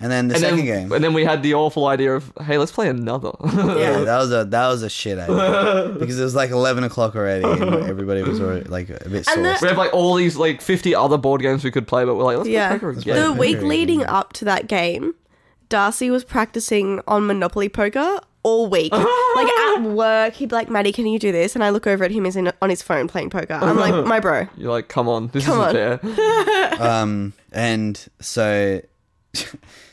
And then the
and
second
then,
game.
And then we had the awful idea of hey, let's play another. [laughs]
Yeah,
Yeah.
that was a that was a shit idea because it was like eleven o'clock already, and everybody was already like a bit
And the-
sauced.
we have like all these like fifty other board games we could play, but we're like, let's
Yeah.
play poker again.
The
Yeah.
week leading up to that game, Darcy was practicing on Monopoly poker all week. like at work, he'd be like, Maddie, can you do this? And I look over at him, he's in, on his phone playing poker. I'm like, my bro.
You're like, come on,
[laughs]
this
Come
isn't
on.
fair.
um, and so [laughs]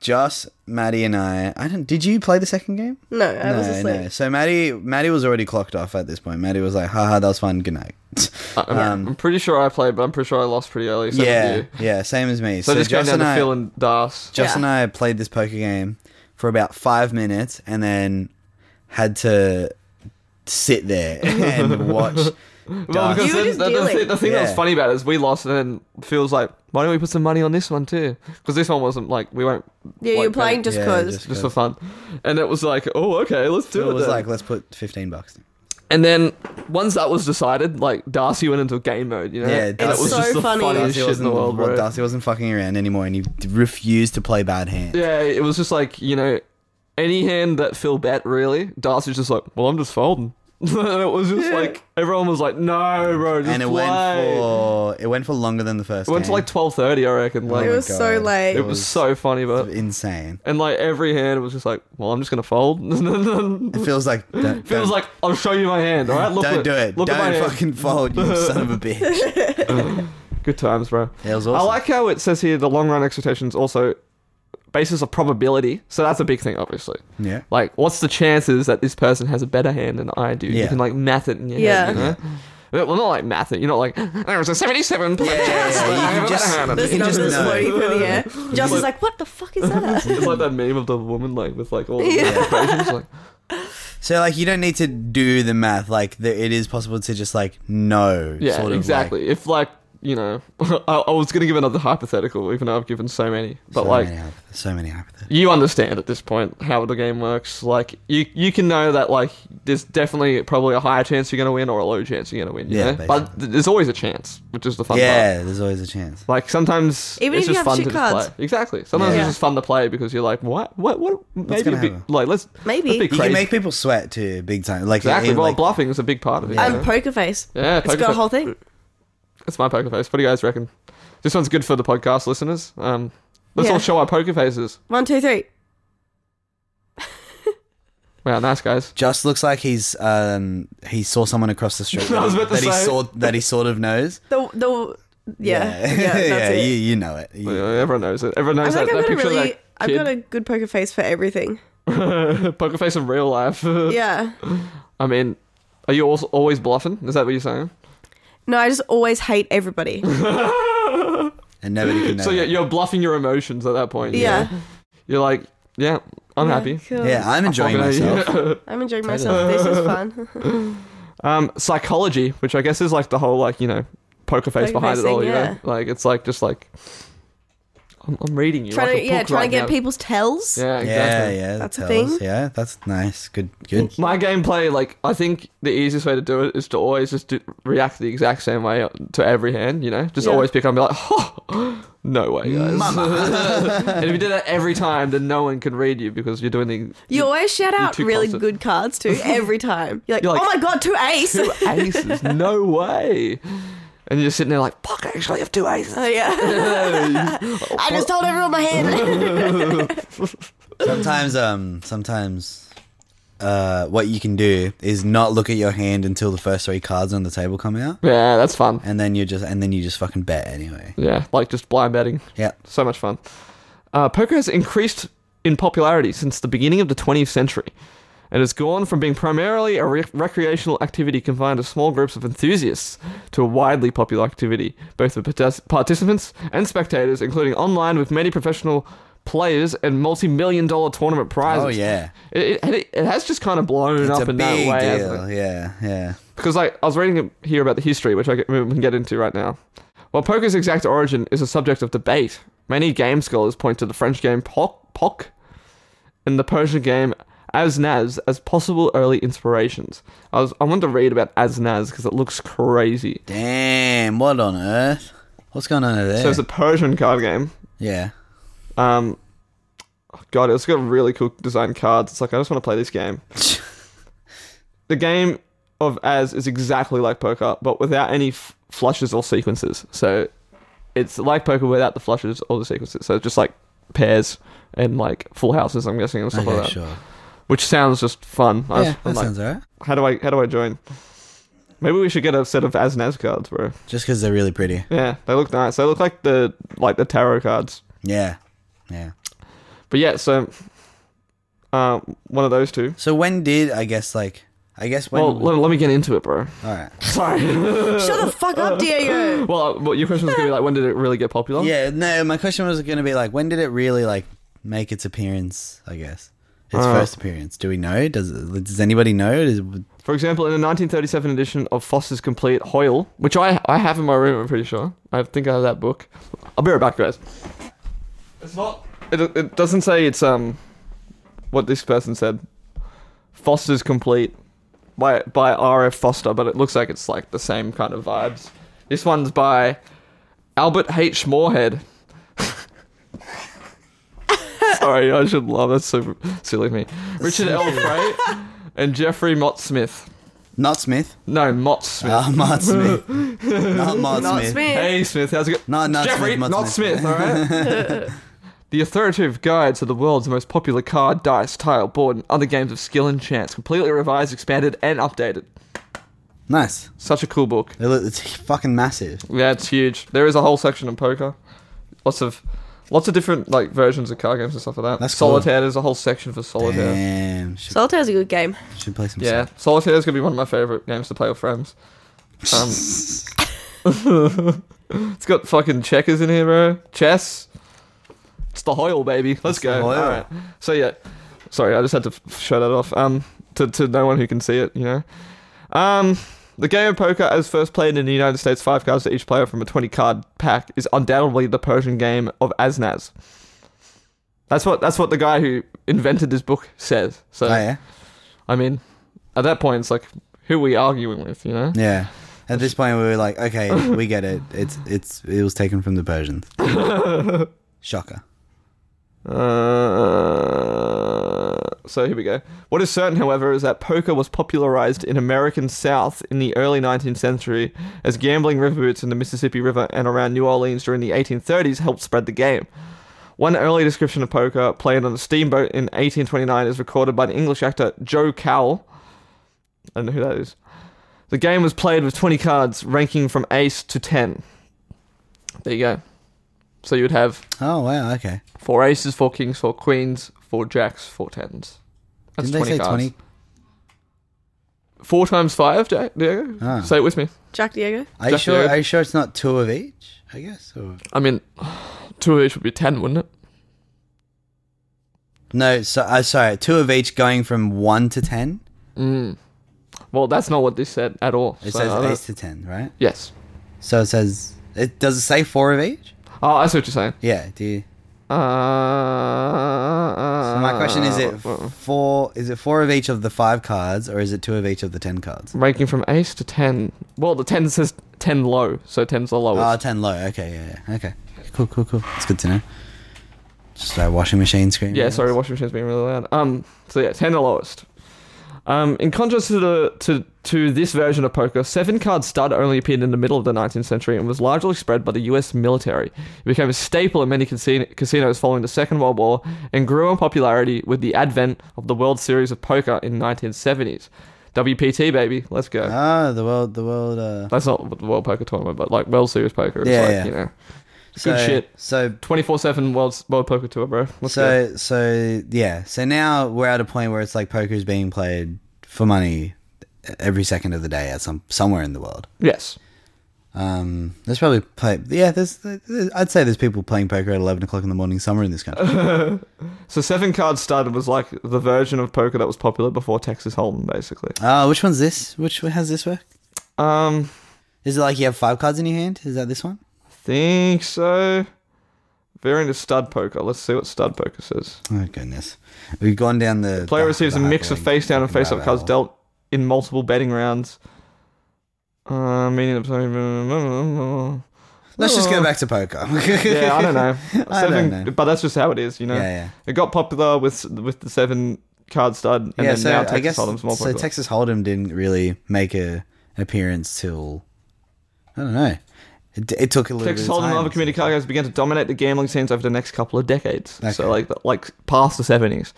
Joss, Maddie, and I. I don't. Did you play the second game?
No, I was
no,
asleep.
no. So Maddie, Maddie was already clocked off at this point. Maddie was like, "Haha, that was fun.
[laughs]
Good night."
I'm, I'm pretty sure I played, but I'm pretty sure I lost pretty early. So did
[laughs] Um, yeah,
you.
yeah, same as me.
So, I just
Joss
came down
and
to
I,
Phil and Das.
Joss
Yeah.
and I played this poker game for about five minutes, and then had to sit
[laughs]
there and watch.
Well,
Das.
because
You were
then,
just
the, the, thing,
dealing.
the thing that was
Yeah.
funny about it is we lost, and then Phil's like, "Why don't we put some money on this one too?" Because this one wasn't like we weren't
Yeah,
like,
you're playing just
Yeah,
because.
just-
just for fun, and it was like, "Oh, okay, let's do
it
it."
was
then."
like, let's put fifteen bucks.
and then once that was decided, like Darcy went into game mode. You know,
Yeah,
and
Darcy-
it was
So
just the
funny.
funniest
Darcy
shit in
wasn't,
the world,
well,
bro.
Darcy wasn't fucking around anymore, and he d- refused to play bad hands.
Yeah, it was just like you know, any hand that Phil bet really, Darcy's just like, "Well, I'm just folding." [laughs] and it was just like everyone was like, "No, bro," just
and it
play.
went for it went for longer than the first.
It went to
game. Oh
like twelve thirty, I reckon. Like
It
it was,
was so late.
it was so funny, but
insane.
And like every hand was just like, well, I'm just gonna fold. [laughs]
It
Feels [laughs]
feels like don't, don't-
like I'll show you my hand. All right, look
don't
at,
do it.
Look at my
don't
hand.
fucking fold, you son of a bitch.
[laughs]
[laughs]
Good times, bro.
That was awesome.
I like how it says here the long run expectations also basis of probability. So that's a big thing, obviously. [laughs]
Yeah.
Like, what's the chances that this person has a better hand than I do? You
Yeah.
can like math it in your
Yeah.
head. You know?
[laughs]
But- Well, not like math it. You're not like there was a seventy-seven percent chance.
yeah,
that I
you
have
can
a
just-
better hand than
There's
This
you."
You no-
number's
just know.
floating through the air. Joss is like, what the fuck is
[laughs]
that?
It's like that meme of the woman like with like all the equations. Like,
So like you don't need to do the math. Like the, it is possible to just like no.
Yeah,
sort of,
exactly.
Like,
if like you know, [laughs] I, I was gonna give another hypothetical, even though I've given so many. But
so
like,
many hypoth- so many hypotheses.
you understand at this point how the game works. Like, you you can know that like there's definitely probably a higher chance you're gonna win or a low chance you're gonna win. You
Yeah,
know? but th- there's always a chance, which is the fun part.
Yeah, there's always a chance.
Like sometimes
Even
it's
if you
just
have
fun
shit
to just
cards.
play. Exactly. Sometimes
Yeah.
it's just fun to play because you're like, what, what, what? Maybe
gonna
a bit,
happen?
like let's
Maybe.
let's be
You
You
crazy.
can make people sweat too, big time. Like
exactly.
even,
well,
like,
bluffing is a big part of it. you know?
And poker face.
yeah,
It's
poker
got a
fa-
whole thing.
That's my poker face. What do you guys reckon? This one's good for the podcast listeners. Um, let's
Yeah.
all show our poker faces.
One, two, three.
Wow, nice guys.
Just looks like he's um he saw someone across the
[laughs]
street
I was
that,
about to
he
say.
saw that he sort of knows.
The the yeah
[laughs]
[laughs] yeah,
yeah,
that's it.
you you know it. You-
Yeah, Everyone knows it. Everyone
I
knows that,
think I've
that
got a
picture
really
of that
I've got a
kid.
good poker face for everything.
[laughs] poker face in real life.
Yeah.
[laughs] I mean, are you also always bluffing? Is that what you're saying?
No, I just always hate everybody.
and nobody can
[laughs]
know.
So you're,
it.
you're bluffing your emotions at that point. you
Yeah.
know? You're like, yeah, I'm
Yeah,
happy.
cool.
yeah, I'm enjoying
Fucking-
myself.
I'm enjoying myself. This is [laughs] fun.
Um, psychology, which I guess is like the whole like you know poker face
Poker
behind
face
it all.
thing,
you know,
yeah.
like it's like just like I'm, I'm reading you.
trying
like
to
a
yeah,
book
trying
right
to get
now.
people's tells.
Yeah, [laughs]
Yeah,
exactly.
yeah, that
That's a
tells.
thing.
Yeah, that's nice. Good,
[laughs]
good.
My gameplay, like I think the easiest way to do it is to always just do, react the exact same way to every hand. You know, just
Yeah.
always pick up and be like, "Oh, no way,
[laughs]
guys!" and if you do that every time, then no one can read you because you're doing the
You always shout out
too
really
constant.
good cards [laughs] too every time. You're like,
You're like,
oh my god, two [laughs] ace.
two aces. no way. And you're just sitting there like, "Fuck, I actually have two aces." [laughs]
oh [laughs] yeah. I just told everyone my hand. [laughs]
Sometimes, um, sometimes, uh, what you can do is not look at your hand until the first three cards on the table come out,
Yeah, that's fun.
and then you just and then you just fucking bet anyway.
Yeah, like just blind betting.
Yeah,
So much fun. Uh, poker has increased in popularity since the beginning of the 20th century and has gone from being primarily a re- recreational activity confined to small groups of enthusiasts to a widely popular activity, both with partic- participants and spectators, including online with many professional players and multi million dollar tournament prizes.
Oh, yeah.
It, it, it has just kind of blown
it's
up
a
in that way.
big
hasn't it?
deal. Yeah, yeah.
because like I was reading here about the history, which I get- we can get into right now. While poker's exact origin is a subject of debate, many game scholars point to the French game Poc, Poc and the Persian game Aznaz as possible early inspirations. I was I wanted to read about Aznaz because it looks crazy.
Damn, what on earth? What's going on over there?
So it's a Persian card game.
yeah,
Um, oh God, it's got really cool design cards. It's like I just want to play this
[laughs]
game. the game of as is exactly like poker, but without any f- flushes or sequences. So it's like poker without the flushes or the sequences. So it's just like pairs and like full houses. I'm guessing and stuff
okay,
like that,
sure.
which sounds just fun. I was-
Yeah,
I'm
that
like,
sounds alright.
how do I how do I join? Maybe we should get a set of Aznaz cards, bro.
Just because they're really pretty.
Yeah, they look nice. They look like the like the tarot cards.
Yeah, yeah.
But yeah, so uh, one of those two.
So when did I guess like I guess when?
Well, let, let me get into it, bro. [laughs]
all right. [laughs]
Sorry.
Shut the fuck up, Diego.
well, uh, well, your question was gonna be like, when did it really get popular?
Yeah. No, my question was going to be like, when did it really like make its appearance? I guess its
Uh,
first appearance. Do we know? Does does anybody know? Does,
For example, in the 1937 edition of Foster's Complete Hoyle, which I I have in my room, I'm pretty sure. I think I have that book. I'll be right back, guys. It's not. It, it doesn't say it's um, what this person said. Foster's Complete by by R. F. Foster, but it looks like it's like the same kind of vibes. This one's by Albert H. Moorhead. [laughs] Sorry, I should love that's so silly of me. Richard [laughs] L. Frey and Jeffrey Mott Smith. [laughs]
not Smith.
No, Mott Smith.
Ah, Mott Smith. not Mott
[laughs] Not
Smith.
Smith.
hey, Smith, how's it going?
Not not
Jeffrey,
Smith. Mott
not
Smith.
Smith, all right?
[laughs]
the authoritative guides are the world's most popular card, dice, tile, board, and other games of skill and chance, completely revised, expanded, and updated.
Nice.
Such a cool book.
It look- It's fucking massive.
Yeah, it's huge. There is a whole section on poker. Lots of lots of different like versions of card games and stuff like that.
That's cool.
Solitaire, there's a whole section for Solitaire.
Damn. Should,
Solitaire's a good game.
should play some.
Yeah, Solitaire is gonna be one of my favorite games to play with friends. Um, [laughs] it's got fucking checkers in here, bro. Chess. It's the Hoyle, baby. Let's
It's
go.
the
All
Hoyle.
right. So yeah, sorry, I just had to f- show that off. Um, to to no one who can see it, you know. Um, the game of poker, as first played in the United States, five cards to each player from a twenty card pack, is undoubtedly the Persian game of Asnaz. That's what that's what the guy who invented this book says. So
Oh yeah.
I mean, at that point, it's like, who are we arguing with, you know?
Yeah. At this point, we were like,
[laughs]
okay, we get it. It's it's it was taken from the Persians. Shocker.
Uh, so here we go. What is certain, however, is that poker was popularized in American South in the early 19th century as gambling riverboats in the Mississippi River and around New Orleans during the 1830s helped spread the game. One early description of poker played on a steamboat in 1829 is recorded by the English actor Joe Cowell. I don't know who that is. The game was played with 20 cards ranking from ace to 10. There you go. So you would have
Oh wow. Okay.
Four aces, four kings, four queens, four jacks, four tens. That's
Didn't they say
cards.
twenty?
Four times five, Jack. Diego.
Ah.
Say it with me.
Jack Diego.
Are you
Jack
sure?
Jared.
Are you sure it's not two of each? I guess. Or...
I mean, [sighs] two of each would be ten, wouldn't it?
No. So uh, sorry. Two of each, going from one to ten.
Mm. Well, that's not what this said at all.
It
so uh, I
says
don't-
ace to ten, right?
Yes.
So it says it. Does it say four of each?
Oh, I see what you're saying.
Yeah. Do you?
Uh,
So my question is: It
uh,
four? Is it four of each of the five cards, or is it two of each of the ten cards?
ranking from ace to ten? Well, the ten says ten low, so ten's the lowest.
Oh, 10 low. Okay, yeah, yeah. Okay. Cool, cool, cool. It's good to know. Just that washing machine screen.
Yeah, sorry, washing machine's being really loud. Um, so yeah, ten the lowest. Um, in contrast to the to to this version of poker, seven card stud only appeared in the middle of the 19th century and was largely spread by the U.S. military. It became a staple in many casino- casinos following the Second World War and grew in popularity with the advent of the World Series of Poker in 1970s. WPT baby, let's go.
Ah, the world, the world. Uh,
That's not what the World Poker Tournament, but like World Series Poker. It's
Yeah,
like,
yeah.
you know,
so,
shit.
So,
24/7 World World Poker Tour, bro. Let's go.
so, so, yeah. So now we're at a point where it's like poker is being played for money every second of the day at some somewhere in the world.
Yes.
Um, there's probably play. Yeah, there's. there's- I'd say there's people playing poker at eleven o'clock in the morning somewhere in this
[laughs]
country.
So seven card stud was like the version of poker that was popular before Texas Hold'em, basically.
uh, which one's this? Which one has this work?
Um,
Is it like you have five cards in your hand? Is that this one?
think so. Variant of stud poker. Let's see what stud poker says.
Oh goodness, we've gone down the.
Player
the-
receives
the
a mix of
hyperlink
face down and
fucking
face up
rabbit
cards
hole.
dealt in multiple betting rounds. Uh, meaning of
Let's just
Oh.
go back to poker.
[laughs] yeah, I don't
[laughs]
know.
I
Seven,
don't know.
but that's just how it is, you know.
Yeah, yeah.
It got popular with with the seven card stud, and
yeah,
then
so
now
I
Texas
guess
Hold'em's more
so
popular.
Texas Hold'em didn't really make a an appearance till I don't know. It, it took a little
Texas
bit of
Hold'em
time.
and other community card games began to dominate the gambling scenes over the next couple of decades.
Okay.
So like like past the seventies.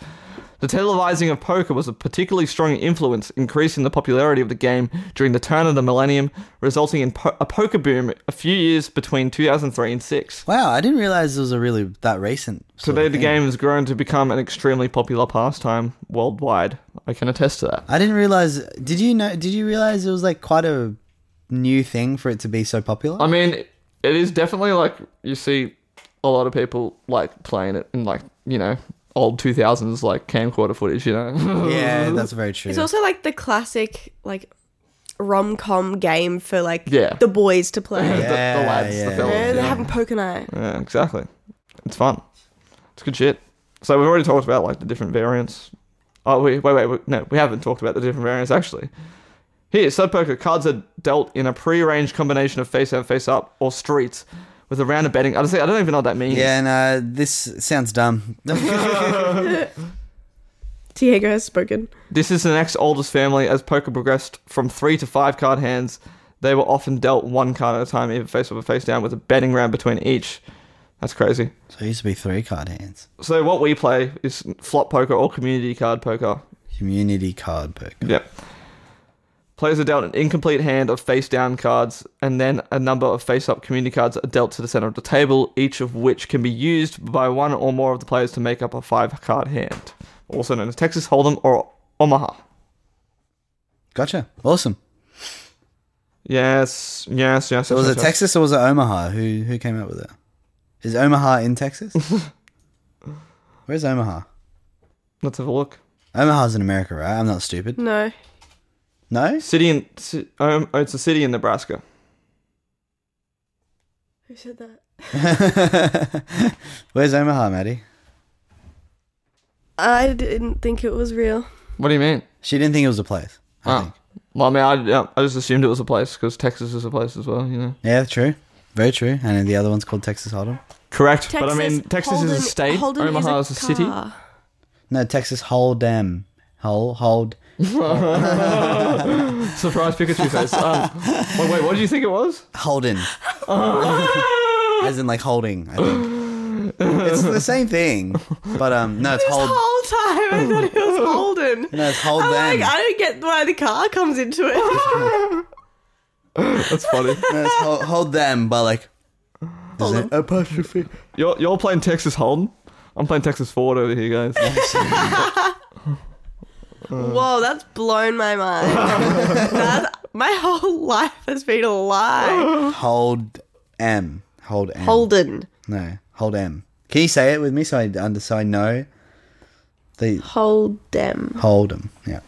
The televising of poker was a particularly strong influence, increasing the popularity of the game during the turn of the millennium, resulting in po- a poker boom a few years between 2003 and 6.
Wow, I didn't realize it was a really that recent. sort of
Today, the
thing.
game has grown to become an extremely popular pastime worldwide. I can attest to that.
I didn't realize. Did you know? Did you realize it was like quite a new thing for it to be so popular?
I mean, it is definitely like you see a lot of people like playing it in like, you know, old 2000s like camcorder footage, you know? [laughs]
yeah, that's very true.
It's also like the classic like rom com game for like
Yeah.
the boys to [laughs] play.
the, the lads,
Yeah,
the fellas.
yeah.
You know,
you
they're
know?
having poker night.
Yeah, exactly. It's fun. It's good shit. So we've already talked about like the different variants. Oh, we, wait, wait, wait, no, we haven't talked about the different variants actually. Here, stud poker cards are dealt in a pre-arranged combination of face out, face up, or streets, with a round of betting. Honestly, I don't even know what that means.
yeah, and uh, this sounds dumb. [laughs]
Diego has spoken.
This is the next oldest family. As poker progressed from three to five card hands, they were often dealt one card at a time, either face up or face down, with a betting round between each. That's crazy.
so it used to be three card hands.
So what we play is flop poker or community card poker.
Community card poker.
Yep. Players are dealt an incomplete hand of face down cards, and then a number of face up community cards are dealt to the center of the table, each of which can be used by one or more of the players to make up a five card hand, also known as Texas Hold'em or Omaha.
Gotcha. Awesome.
Yes, yes, yes.
So was
yes,
it
yes.
Texas or was it Omaha? Who who came up with it? Is Omaha in [laughs] Texas? Where's Omaha?
Let's have a look.
Omaha's in America, right? I'm not stupid.
No.
No? [laughs]
City in ci- um, oh, it's a city in Nebraska.
Who said that?
Where's Omaha, Maddie?
I didn't think it was real.
What do you mean?
She didn't think it was a place. I
Oh.
think.
Well, I mean, I, yeah, I just assumed it was a place because Texas is a place as well, you know.
Yeah, true. Very true. And the other one's called Texas Hold'em.
Correct,
Texas,
but I mean, Texas is a
Holden-
state.
Holden is
Omaha is a, city.
car.
No, Texas Hold'em. Hold, hold.
[laughs] Surprise Pikachu face. Um, wait, wait, what did you think it was?
[laughs] Holden. As in like holding, I think. it's the same thing. But um no, it's
This
hold.
whole time I thought it
[laughs]
was Holden.
No, it's hold
I'm
them.
like, I don't get why the car comes into it.
[laughs] That's funny.
No, it's hold, hold them, but like there's an apostrophe.
You're, you're playing Texas Holden. I'm playing Texas Ford over here, guys.
Whoa, that's blown
[laughs]
my mind. That's- my whole life has been a lie.
Hold M. Hold M.
Holden.
No, hold M. Can you say it with me so I under so I know? The
Hold them.
hold them. Yeah.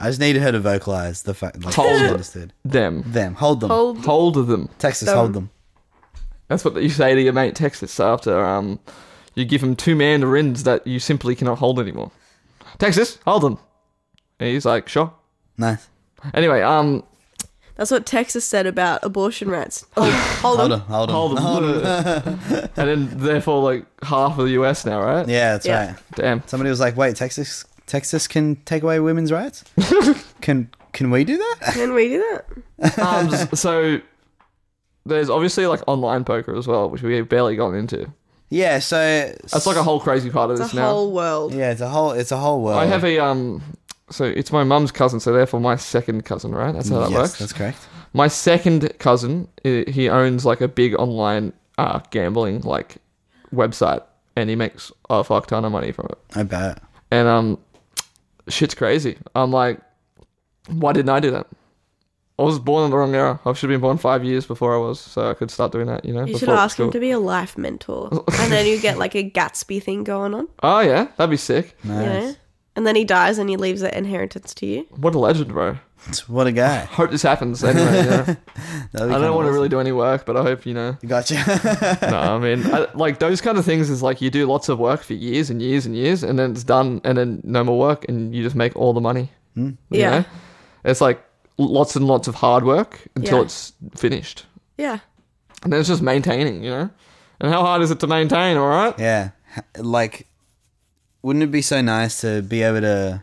I just needed her to vocalize the fact. Like,
Hold
she
'em.
understood.
Them.
Them. Hold them.
Hold
Hold them.
Texas.
them.
Hold them.
That's what you say to your mate Texas after um, you give him two mandarins that you simply cannot hold anymore. Texas, hold them. And he's like, sure.
Nice.
Anyway, um,
That's what Texas said about abortion rights. [laughs] Hold, hold
Hold
them.
them. Hold them.
hold them. [laughs] and then therefore, like half of the US now, right?
Yeah, that's
Yeah.
right.
Damn.
Somebody was like, "Wait, Texas, Texas can take away women's rights? can can we do that?"
Can we do
[laughs]
that?
Um, s- so there's obviously like online poker as well, which we've barely gotten into.
Yeah. So
That's like a whole crazy part of
It's a
this now.
whole world.
Yeah, it's a whole it's a whole world.
I have a um. So it's my mum's cousin, so therefore my second cousin, right? That's how that
yes,
works.
That's correct.
My second cousin, i he owns like a big online uh, gambling like website, and he makes a fuck ton of money from it.
I bet.
And um, shit's crazy. I'm like, why didn't I do that? I was born in the wrong era. I should have been born five years before I was, so I could start doing that. You know.
You should
before
ask
school.
him to be a life [laughs] mentor. and then you get like a Gatsby thing going on.
Oh yeah, that'd be sick.
You know? And then he dies and he leaves the inheritance to you.
What a legend, bro.
What
[laughs]
a guy.
Hope this happens. Anyway, yeah.
That'd be
[laughs] I
kinda
don't want to
awesome.
really do any work, but I hope you know.
Gotcha.
[laughs]
[laughs]
no, I mean, I, like those kind of things is like you do lots of work for years and years and years, and then it's done, and then no more work, and you just make all the money. you
Yeah.
know? it's like lots and lots of hard work until
Yeah.
it's finished,
Yeah.
and then it's just maintaining, you know. And how hard is it to maintain? All right,
yeah. H- Like, wouldn't it be so nice to be able to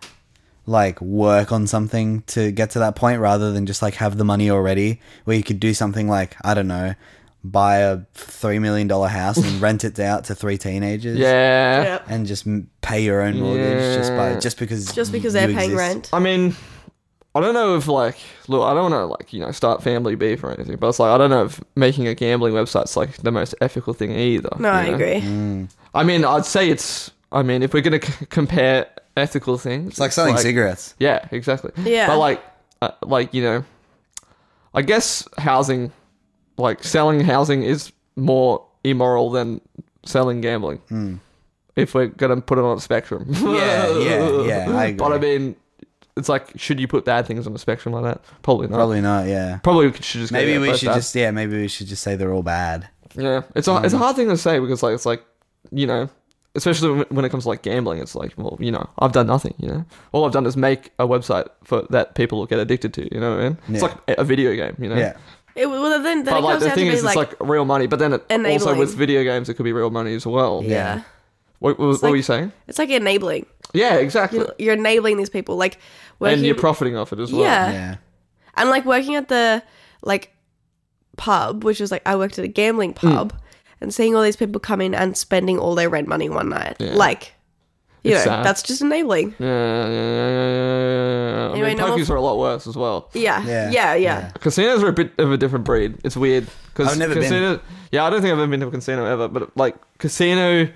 like work on something to get to that point rather than just like have the money already where you could do something like I don't know buy a three million dollar
[laughs]
house and rent it out to three teenagers.
Yeah.
Yep.
And just m- pay your own mortgage just by
Yeah.
just because
Just because
you
they're paying
exist.
rent.
I mean, I don't know if like look, I don't want to like you know start family beef or anything, but it's like I don't know if making a gambling website's like the most ethical thing either.
No,
you
I
know?
agree.
I mean, I'd say it's. I mean, if we're gonna c- compare ethical things,
It's like selling cigarettes.
Yeah, exactly.
Yeah.
but like, uh, like you know, I guess housing, like selling housing, is more immoral than selling gambling. If we're gonna put it on a spectrum.
Hmm. Yeah, yeah,
[laughs]
yeah, I
But I
agree.
mean, it's like, should you put bad things on a spectrum like that? Probably not.
Probably not. Yeah.
Probably we should just. go,
Maybe
yeah,
we
both
should
bad.
just yeah. Maybe we should just say they're all bad.
Yeah, it's a it's
Um,
a hard thing to say because like it's like you know, especially when- when it comes to like gambling, it's like well you know I've done nothing. You know, all I've done is make a website for that people will get addicted to. You know what I mean? It's
Yeah.
like a- a video game. You know.
Yeah.
It, well, then, then
But
it
like
comes
the
down to
thing
be
is,
like,
it's like real money. But then it, also
enabling.
with video games, it could be real money as well.
yeah.
What, what, what were
like-
you saying?
It's like enabling.
Yeah, exactly.
You're, you're enabling these people. Like working,
and you're profiting off it as well.
yeah.
Yeah.
and like working at the like pub, which was like I worked at a gambling
Mm.
pub, and seeing all these people come in and spending all their rent money one night, like you
It's
know,
sad.
that's just enabling.
Yeah, yeah, yeah, yeah, yeah, yeah. I
Anyway,
mean,
no more-
pokies are a lot worse as well.
Yeah,
Yeah.
yeah, yeah.
Yeah.
Casinos are a bit of a different breed. It's weird because
I've never been.
casino, Yeah, I don't think I've ever been to a casino ever. But like casino,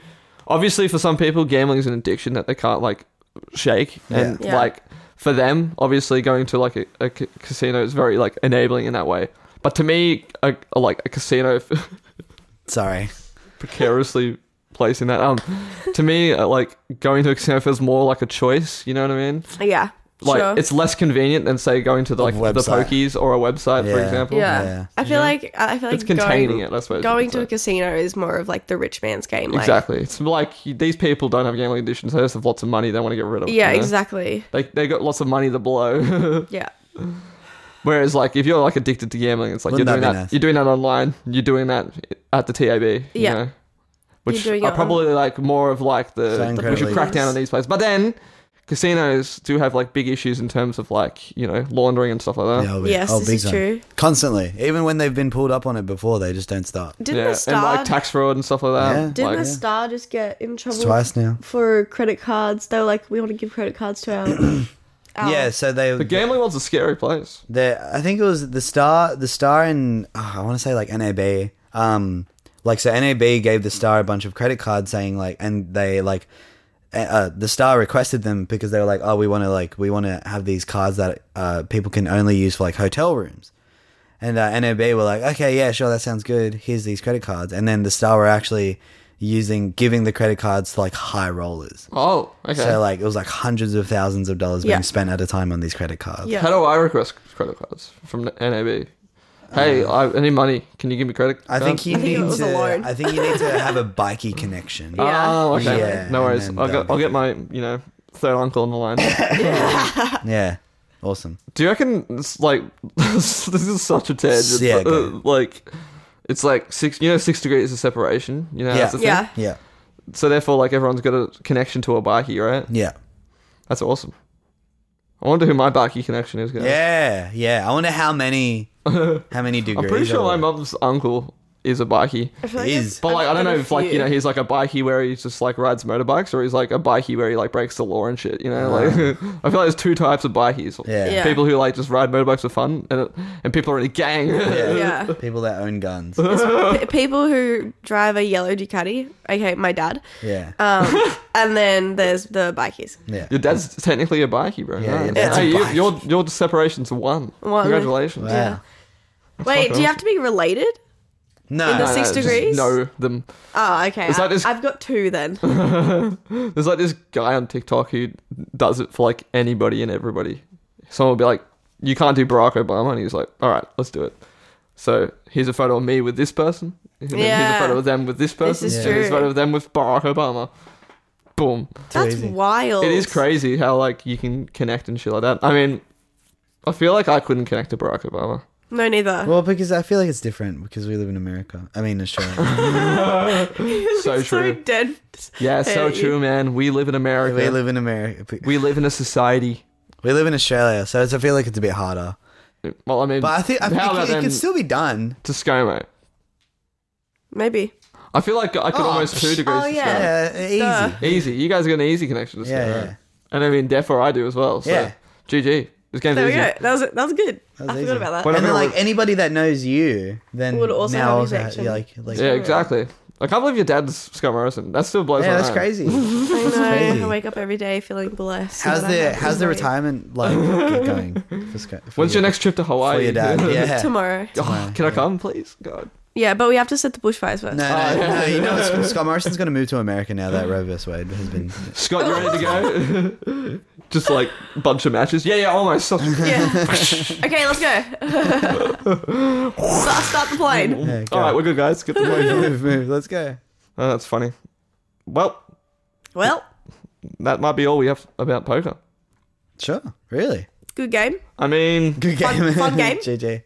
obviously for some people, gambling is an addiction that they can't like shake, and
Yeah. Yeah.
like for them, obviously going to like a, a ca- casino is very like enabling in that way. But to me, a, a- like a casino [laughs]
Sorry.
precariously placing that um to me uh, like going to a casino feels more like a choice you know what i mean
Yeah.
like
sure.
it's less convenient than say going to like the
website.
pokies or a website for
Yeah.
example
yeah.
Yeah.
I feel like I feel like
it's containing
going,
it. I suppose
Going
you
to a
could say.
casino is more of like the rich man's game. Like,
exactly. It's like you- these people don't have gambling addictions. They just have lots of money. They want to get rid of.
Yeah,
you know?
exactly.
They they got lots of money to blow. [laughs]
Yeah.
Whereas like if you're like addicted to gambling, it's like
Wouldn't
you're
that
doing that.
be nice?
You're doing that online. You're doing that at the TAB. You
Yeah.
know? Which
doing it
are
on-
probably like more of like the,
Sound
the- we should
credit
crack down
leagues.
on these places. But then casinos do have like big issues in terms of like you know laundering and stuff like that.
Yeah, oh, big-
Yes,
oh,
this
big
is
time.
true.
Constantly, even when they've been pulled up on it before, they just don't stop.
Didn't the
and
star
like tax fraud and stuff like that.
Yeah.
didn't
Like-
the star just get in trouble
Twice now.
for credit cards? They were like, we want to give credit
[coughs]
cards to our. our
Yeah, so they
the gambling world's a scary place.
the I think it was the star the star in oh, I want to say like NAB um like so NAB gave the star a bunch of credit cards saying like and they like uh, uh, the star requested them because they were like oh we want to like we want to have these cards that uh, people can only use for like hotel rooms and uh, NAB were like okay yeah sure that sounds good here's these credit cards and then the star were actually using giving the credit cards to like high rollers
Oh, okay.
so like it was like hundreds of thousands of dollars being
Yeah.
spent at a time on these credit cards
Yeah.
How do I request credit cards from the NAB? Hey, I, I need money. Can you give me credit?
Uh, I think
cards?
you
I think it
need
was a
to.
loan.
I think you need
[laughs]
to have a bikey connection.
Oh,
Yeah.
okay.
Yeah,
no worries.
and then
I'll, go,
that'll
I'll
be
get my you know third uncle on the line.
yeah, awesome.
Do you reckon it's like [laughs] this is such a tangent? but,
Yeah, go.
uh, like it's like six. You know, six degrees of separation. You know,
Yeah.
that's the thing.
Yeah.
Yeah,
So therefore, like everyone's got a connection to a bikey, right?
yeah,
That's awesome. I wonder who my bikey connection is. Guys.
yeah, yeah. I wonder how many, how many degrees.
[laughs] I'm pretty sure
are
my
there.
mum's uncle is a bikey.
I feel like
is.
But like I don't know
I've
if like you
few.
know he's like a bikey where he just like rides motorbikes or he's like a bikey where he like breaks the law and shit. You know, like [laughs] I feel like there's two types of bikies.
Yeah. Yeah.
People who like just ride motorbikes for fun and and people are in a gang.
Yeah.
Yeah.
People that own guns.
P- people who drive a yellow Ducati, okay, my dad,
Yeah,
Uh, and then there's the bikies.
yeah.
[laughs] Your dad's technically a bikey, bro.
Yeah, your
Nice.
dad's a
Hey, you-
bikey.
your your separation's one.
One.
Congratulations.
Wow.
yeah. Wait, do you have to be related?
No,
In the
No, no,
six
just
degrees?
Know them.
Oh, okay.
It's like
I,
this-
I've got
[laughs]
two then.
There's like this guy on TikTok who does it for like anybody and everybody. Someone will be like, "You can't do Barack Obama," and he's like, "All right, let's do it." So here's a photo of me with this person. and then Here's a
Yeah.
photo of them with this person.
is
and Here's a
true.
photo of them with Barack Obama. Boom.
That's
easy.
wild.
It is crazy how like you can connect and shit like that. I mean, I feel like I couldn't connect to Barack
[laughs]
Obama.
No, neither.
Well, because I feel like it's different because we live in America. I mean
[laughs]
Australia.
So
So
true.
dead.
Yeah, so
Hey.
true, man. We live in America.
we live in America.
we live in a society.
We live in Australia, so it's, I feel like it's a bit harder.
Well, I mean,
But I think I
how
think
about
it, it
then
can still be done.
Toscoma?
Maybe.
I feel like I could almost two degrees.
Oh,
to
yeah.
Yeah, easy.
Duh.
Scarlet. Easy. You guys got an easy connection to
Yeah,
Scarlet.
yeah.
And I mean, therefore I do as well. So.
Yeah.
GG. This game's
There we
easy.
go. That was that was good.
was
I
easy.
forgot about that.
When I-
And then,
Whatever.
like anybody that knows you, then
Would also
now
have
also
his
ha-
action.
you're like, like,
Yeah,
yeah,
exactly. I can't believe your dad's Scott Morrison. That still blows my
that's
mind. [laughs]
[laughs]
crazy.
I know.
crazy.
I uh, wake up every day feeling blessed.
how's
that I
the
have
how's the
this life.
retirement like going? For, Sky- for
When's your next trip to Hawaii?
for your
[laughs]
dad? Yeah.
Tomorrow.
Oh, can I come, please? God.
Yeah, but we have to set the bushfires first.
No, no,
Oh,
no, you know,
[laughs]
Sc- Scott Morrison's going to move to America now that Roe vs. Wade has been. [laughs]
Scott, you ready to go? [laughs] Just like bunch of matches. Yeah, yeah. Oh
[laughs]
my so-
[laughs] Yeah. okay, let's go. start, start the plane.
Yeah, go.
All right, we're good, guys. Get the
[laughs]
point.
move, move, let's go.
oh, that's funny. Well,
Well,
that might be all we have about poker.
Sure, really
good game.
I mean,
good
Fun-
game, [laughs]
fun game.
GG.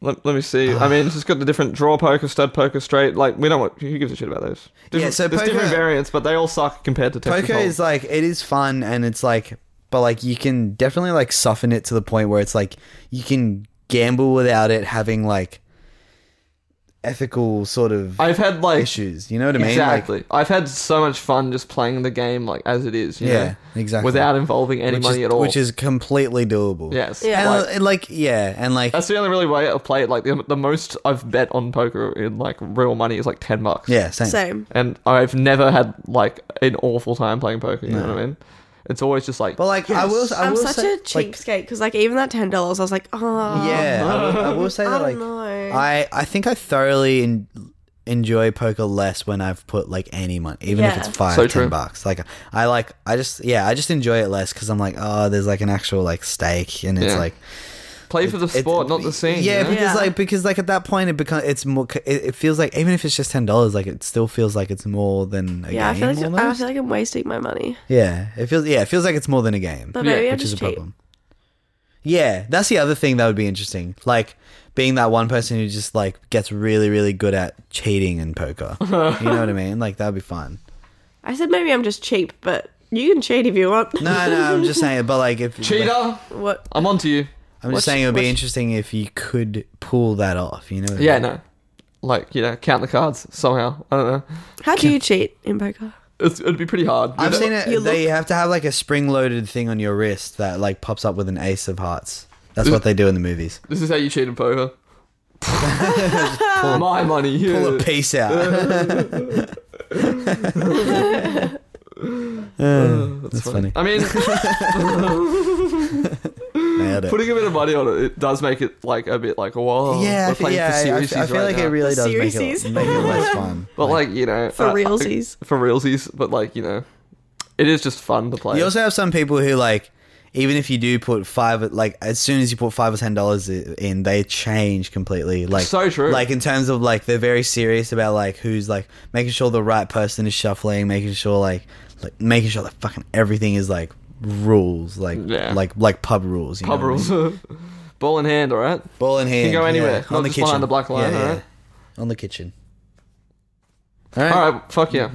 let, let me see. I mean, it's just got the different draw poker, stud poker, straight. Like, we don't want. Who gives a shit about those? Different,
Yeah, so
there's different
poker-
variants, but they all suck compared to
Poker
Texas
is like it is fun and it's like, but like you can definitely like soften it to the point where it's like you can gamble without it having like ethical sort of
I've had like
issues. You know what I mean?
Exactly. I've had so much fun just playing the game like as it is. you
Yeah,
know,
exactly.
Without involving
Like,
any
which
money
is,
at all.
which is completely doable.
yes.
Yeah.
And,
like,
uh, like yeah, and like
that's the only really way I play it. Like the, the most I've bet on poker in like real money is like ten bucks.
yeah, same.
Same.
And I've never had like an awful time playing poker. You know what I mean? It's always just like.
But like I will, I
I'm
will
such
say,
a
like,
cheapskate because, like, even that ten dollars, I was like, oh,
Yeah, I will, I will say
I
that
don't
like
know.
I I think I thoroughly en- enjoy poker less when I've put like any money, even if
Yeah.
it's five,
So
ten
true.
bucks. Like I like I just yeah I just enjoy it less because I'm like oh there's like an actual like stake and it's
Yeah.
like
play for the
it-
sport, not the scene.
Yeah,
you know?
because
Yeah.
like because like at that point it becomes it's more c- it, it feels like even if it's just ten dollars like it still feels like it's more than a
yeah. I
game.
feel like I
almost.
feel like I'm wasting my money.
yeah, it feels yeah it feels like it's more than a game.
But
Yeah,
maybe I'm
which is
just
a
cheap.
problem. Yeah, that's the other thing that would be interesting. Like being that one person who just like gets really, really good at cheating in poker.
[laughs]
you know what I mean? Like that'd be fun.
I said maybe I'm just cheap, but you can cheat if you want.
No, no, I'm
[laughs]
just saying. But like, if
Cheater,
like,
what?
I'm on to you.
I'm just
What's-
saying it would be
what's-
interesting if you could pull that off. You know? what I
Yeah,
mean?
no. Like you know, count the cards somehow. I don't know.
How do you cheat in poker?
It's, it'd be pretty hard.
I've seen it.
you
they have to have like a spring-loaded thing on your wrist that like pops up with an ace of hearts. That's what they do in the movies.
This is how you cheat in
[laughs]
poker. [laughs] My money.
Pull a
[laughs]
piece out.
That's
funny.
I
[laughs]
mean,
Nailed it.
putting a bit of money on it, it does make it like a bit like whoa.
Yeah,
we're
I feel,
playing
yeah. I- I,
for
I
seriesies
feel
right
like
now.
it really does make
Seriesies.
it, make it less fun.
But like you know,
For
uh,
realsies.
for realsies. But like you know, it is just fun to play.
You also have some people who like, even if you do put five, like as soon as you put five or ten dollars in, they change completely. Like
So true.
Like in terms of like they're very serious about like who's like making sure the right person is shuffling, making sure like like making sure that fucking everything is like rules, like
Yeah.
like like pub rules. You
pub
know what I mean?
rules. [laughs] Ball in hand, all right.
Ball in hand.
go anywhere,
yeah,
not just behind the black line,
Yeah, yeah.
alright?
On the kitchen.
All right, fuck
[laughs]
yeah.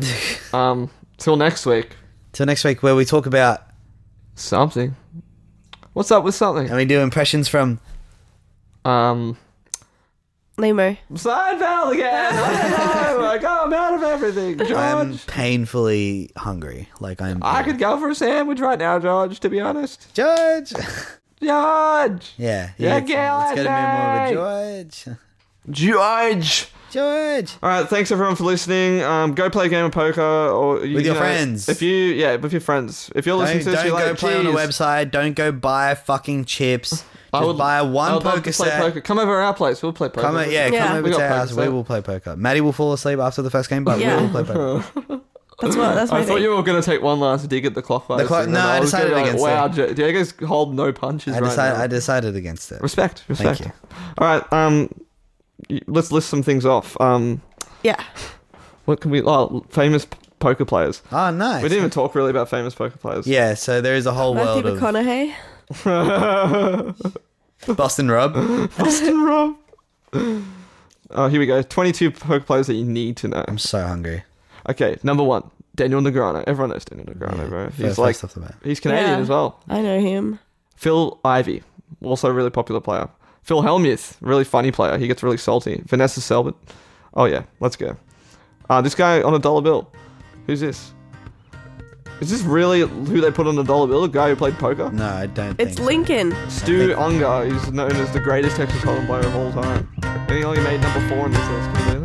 um, till next week.
Till next week, where we talk about
Something. What's up with something?
and we do impressions from
Um,
Nemo.
Seinfeld [laughs] again. I don't know. Like, oh, I'm out of everything, George.
I'm painfully hungry. Like I'm.
I could go for a sandwich right now, George. To be honest,
Judge. [laughs]
George.
Yeah.
Yeah, get
it's, it's
out
gonna be
there.
more of a [laughs] George.
George.
George.
All right, thanks everyone for listening. Um, go play a game of poker or you,
With your
you know,
friends.
If you, yeah, with your friends. If you're
Don't,
listening to this,
don't
you're
go
like,
play on a
"Geez,
website. Don't go buy fucking chips.
[laughs] I
Just
would-
buy
I
one
would love to
poker
play
set.
poker. Come over to our place. We'll play poker.
Come o- yeah,
Yeah.
come over
We
to
got
our house.
poker
We
set.
will play poker. Maddie will fall asleep after the first game, but
Yeah.
we will
[laughs]
play poker.
That's what. That's my
I thought
thing.
you were going to take one last dig at the clockwise.
The clock-
and
no,
then
I
was gonna
decided
be like,
against
Wow, J- Diego's hold no punches
I
right
decided.
now.
I decided against it.
Respect, respect.
you.
All right, um, y- let's list some things off. Um,
yeah.
what can we? Oh, famous p- poker players.
Oh, nice.
We didn't even talk really about famous poker players.
Yeah, so there is a whole world
Matthew
of
McConaughey.
Boston
[laughs]
Rob.
Austin Rob. [laughs] Oh, here we go. Twenty-two poker players that you need to know.
I'm so hungry.
Okay, number one, Daniel Negreanu. Everyone knows Daniel Negreanu, bro.
Yeah,
He's
first
like,
off the bat.
he's Canadian
Yeah.
as well.
[laughs] I know him.
Phil Ivey, also a really popular player. Phil Hellmuth, really funny player. He gets really salty. Vanessa Selbert, Oh yeah, let's go. Uh, this guy on a dollar bill. Who's this? Is this really who they put on a dollar bill? A guy who played poker?
No, I don't.
It's
think so.
Lincoln.
Stu
think-
Unger is known as the greatest Texas Hold'em player of all time. And he only made number four in this list. Can you believe